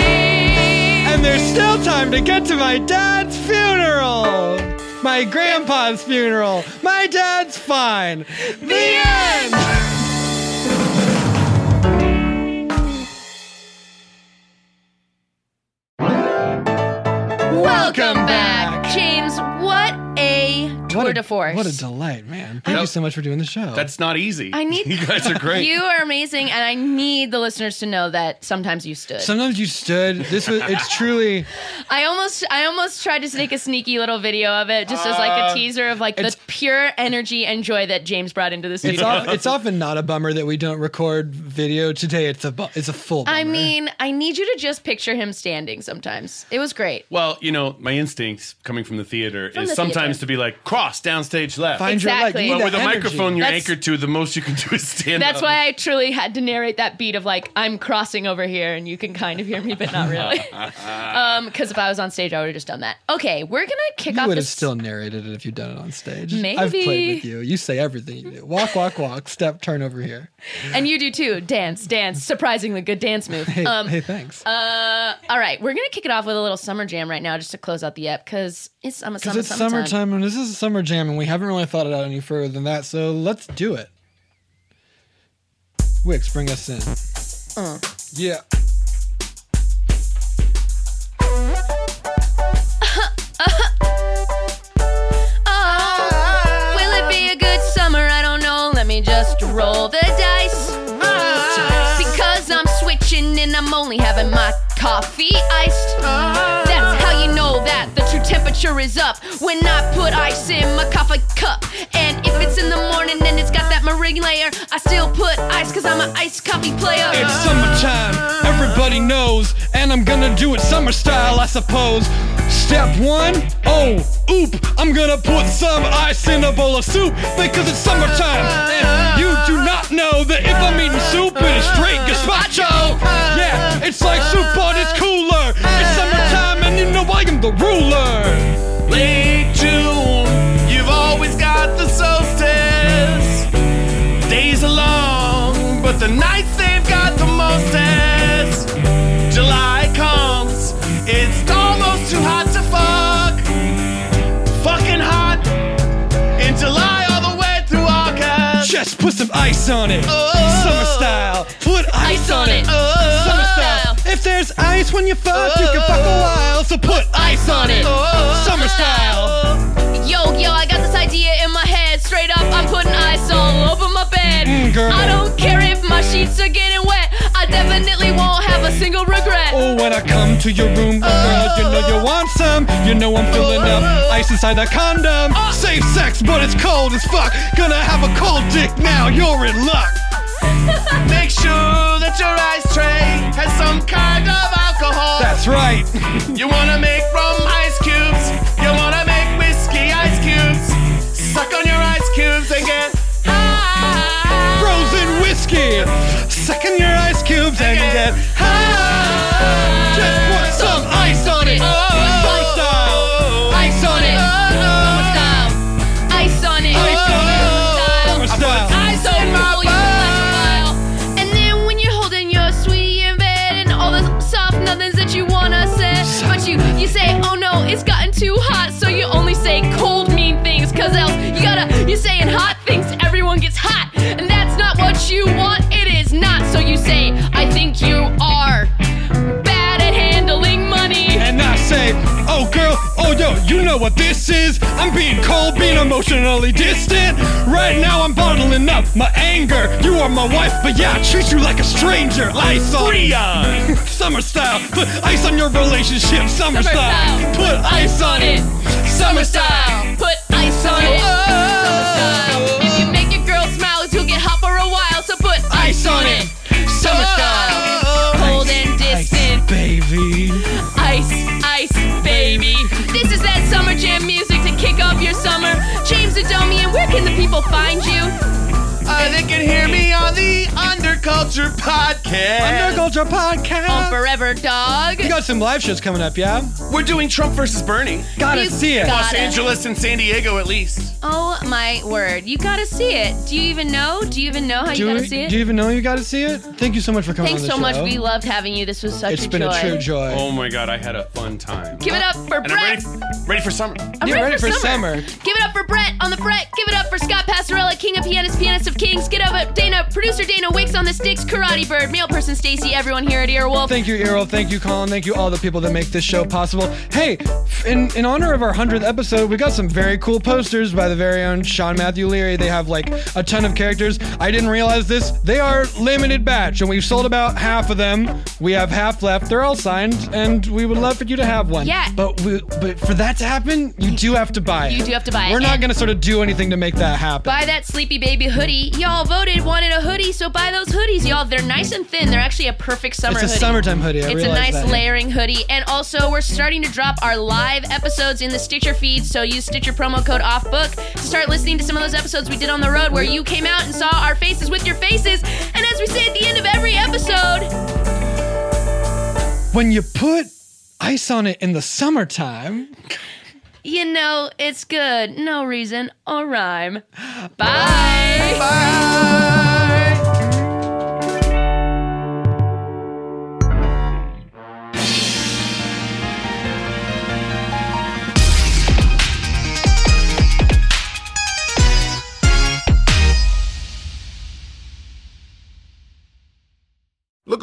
And there's still time to get to my dad's funeral. My grandpa's funeral. My dad's fine. The end. Welcome back. James, what a tour a, de force. What a delight, man. Thank you so much for doing the show. That's not easy. (laughs) I (laughs) need you guys are great. You are amazing, and I need the listeners to know that sometimes you stood. Sometimes you stood. This was it's truly I almost, I almost tried to sneak a sneaky little video of it, just as like Uh, a teaser of like the pure energy and joy that James brought into the studio. it's, off, it's often not a bummer that we don't record video today. It's a bu- it's a full bummer. I mean, I need you to just picture him standing. Sometimes it was great. Well, you know, my instinct coming from the theater From is the sometimes theater. to be like cross downstage left. Find your leg. Exactly. You need But with that a energy. microphone you're That's- anchored to, the most you can do is stand That's up. why I truly had to narrate that beat of like I'm crossing over here, and you can kind of hear me, but (laughs) not really. (laughs) Um, because if I was on stage, I would have just done that. Okay, we're gonna kick you off would have this. still narrated it if you'd done it on stage. I've Maybe. played with you. You say everything you do. Walk, walk, walk. Step, turn over here. and you do too. Dance, dance. Surprisingly good dance move. Um, Hey, hey, thanks. Uh, all right, we're gonna kick it off with a little summer jam right now, just to close out the ep, because it's summer, Because summer, it's summertime. summertime and this is a summer jam, and we haven't really thought it out any further than that. So let's do it. Wix, bring us in. Uh. Yeah. Uh-huh. Oh, will it be a good summer? I don't know. Let me just roll the dice. Because I'm switching and I'm only having my coffee iced. That's how you know that the true temperature is up when I put ice in my coffee cup. And if it's in the morning and it's got that meringue layer, I still put ice because I'm an iced coffee player. It's summertime, everybody knows, and I'm gonna do it summer style, I suppose. Step one, oh, oop, I'm gonna put some ice in a bowl of soup because it's summertime. And you do not know that if I'm eating soup, it is straight gazpacho. Yeah, it's like soup, but it's cooler. It's summertime the ruler. Late June, you've always got the solstice. Days are long, but the nights they've got the mostest. July comes, it's almost too hot to fuck. Fucking hot in July all the way through (laughs) August. Just put some ice on it. Summer style. Put Oh. ice, Ice on on it. it. Oh. Summer style. If there's ice when you fuck, you can fuck a while. So Oh. put ice on it. Oh. Summer style. Yo, yo, I got this idea in my head. Straight up, I'm putting ice all over my bed. Mm, girl. I don't care if my sheets are getting wet. I definitely won't have a single regret. Oh, when I come to your room, oh, girl, you know you want some. You know I'm filling up ice inside that condom. Safe sex, but it's cold as fuck. Gonna have a cold dick now. You're in luck. Make sure that your ice tray has some kind of alcohol. That's right. You wanna make rum ice cubes. You wanna make whiskey ice cubes. Suck on your ice cubes and get Frozen whiskey. Suck in your ice cubes and get high. Oh. Just put some ice on it. Summer style. Ice on it. Summer style. Ice on it. Ice on it. Summer Summer style. style. Ice on it. And then when you're holding your sweetie in bed and all the soft nothings that you wanna say, but you you say, oh no, it's gotten too hot, so you only say cold mean things, cause else you gotta you're saying hot things, everyone gets hot, and that's not what you want, it is not. So you say, I think you are bad at handling money. And I say, oh girl, oh yo, you know what this is? I'm being cold, being emotionally distant. Right now I'm bottling up my anger. You are my wife, but yeah, I treat you like a stranger. Ice on Freon. (laughs) Summer style, put ice on your relationship. Summer Summer, style. style. put ice on it. Summer style, put ice on it. Summer style, if you make your girl smile, you'll get hot for a while. So put ice on it. Summer style, cold and distant. Baby. Ice, ice, baby. This is that summer jam music to kick off your summer. James Adomian, where can the people find you? Uh, they can hear me on the Underculture Podcast. Oh, Underculture Podcast. On Forever Dog. We got some live shows coming up, yeah? We're doing Trump versus Bernie. Gotta see it. Los Gotta. Angeles and San Diego, at least. Oh my word, you gotta see it. Do you even know? Do you even Oh, know how you do, gotta we- see it? do you even know you gotta see it? Mm-hmm. Thank you so much for coming Thanks on so the show. much. We loved having you. This was such It's a been joy. a true joy. Oh my god, I had a fun time. Give it up for And I'm Brett. ready, ready for summer. I'm You're ready for summer. Give it up for Brett on the Brett. Give it up for Scott Passarella, King of Pianists, Pianist of Kings. Get up, at Dana, producer Dana Wicks on the sticks, Karate Bird, mail person Stacy, everyone here at Earwolf. Thank you, Errol. Thank you, Colin. Thank you, all the people that make this show possible. Hey, in, in honor of our 100th episode, we got some very cool posters by the very own Sean Matthew Leary. They have like a ton of characters. I didn't realize this. They are limited batch, and we've sold about half of them. We have half left. They're all signed, and we would love for you to have one. Yeah. But, we, but for that to happen, you do have to buy it. You do have to buy it. We're not And- going to sort of do anything to make that happen. Buy that sleepy baby hoodie. Y'all voted wanted a hoodie, so buy those hoodies, y'all. They're nice and thin. They're actually a perfect summer It's a hoodie. summertime hoodie. I it's a realized nice that. layering hoodie. And also, we're starting to drop our live episodes in the Stitcher feed, so use Stitcher promo code OFFBOOK to start listening to some of those episodes we did on the road where you came out and saw our faces with your faces. And as we say at the end of every episode, When you put ice on it in the summertime. you know it's good. No reason or rhyme. Bye. Look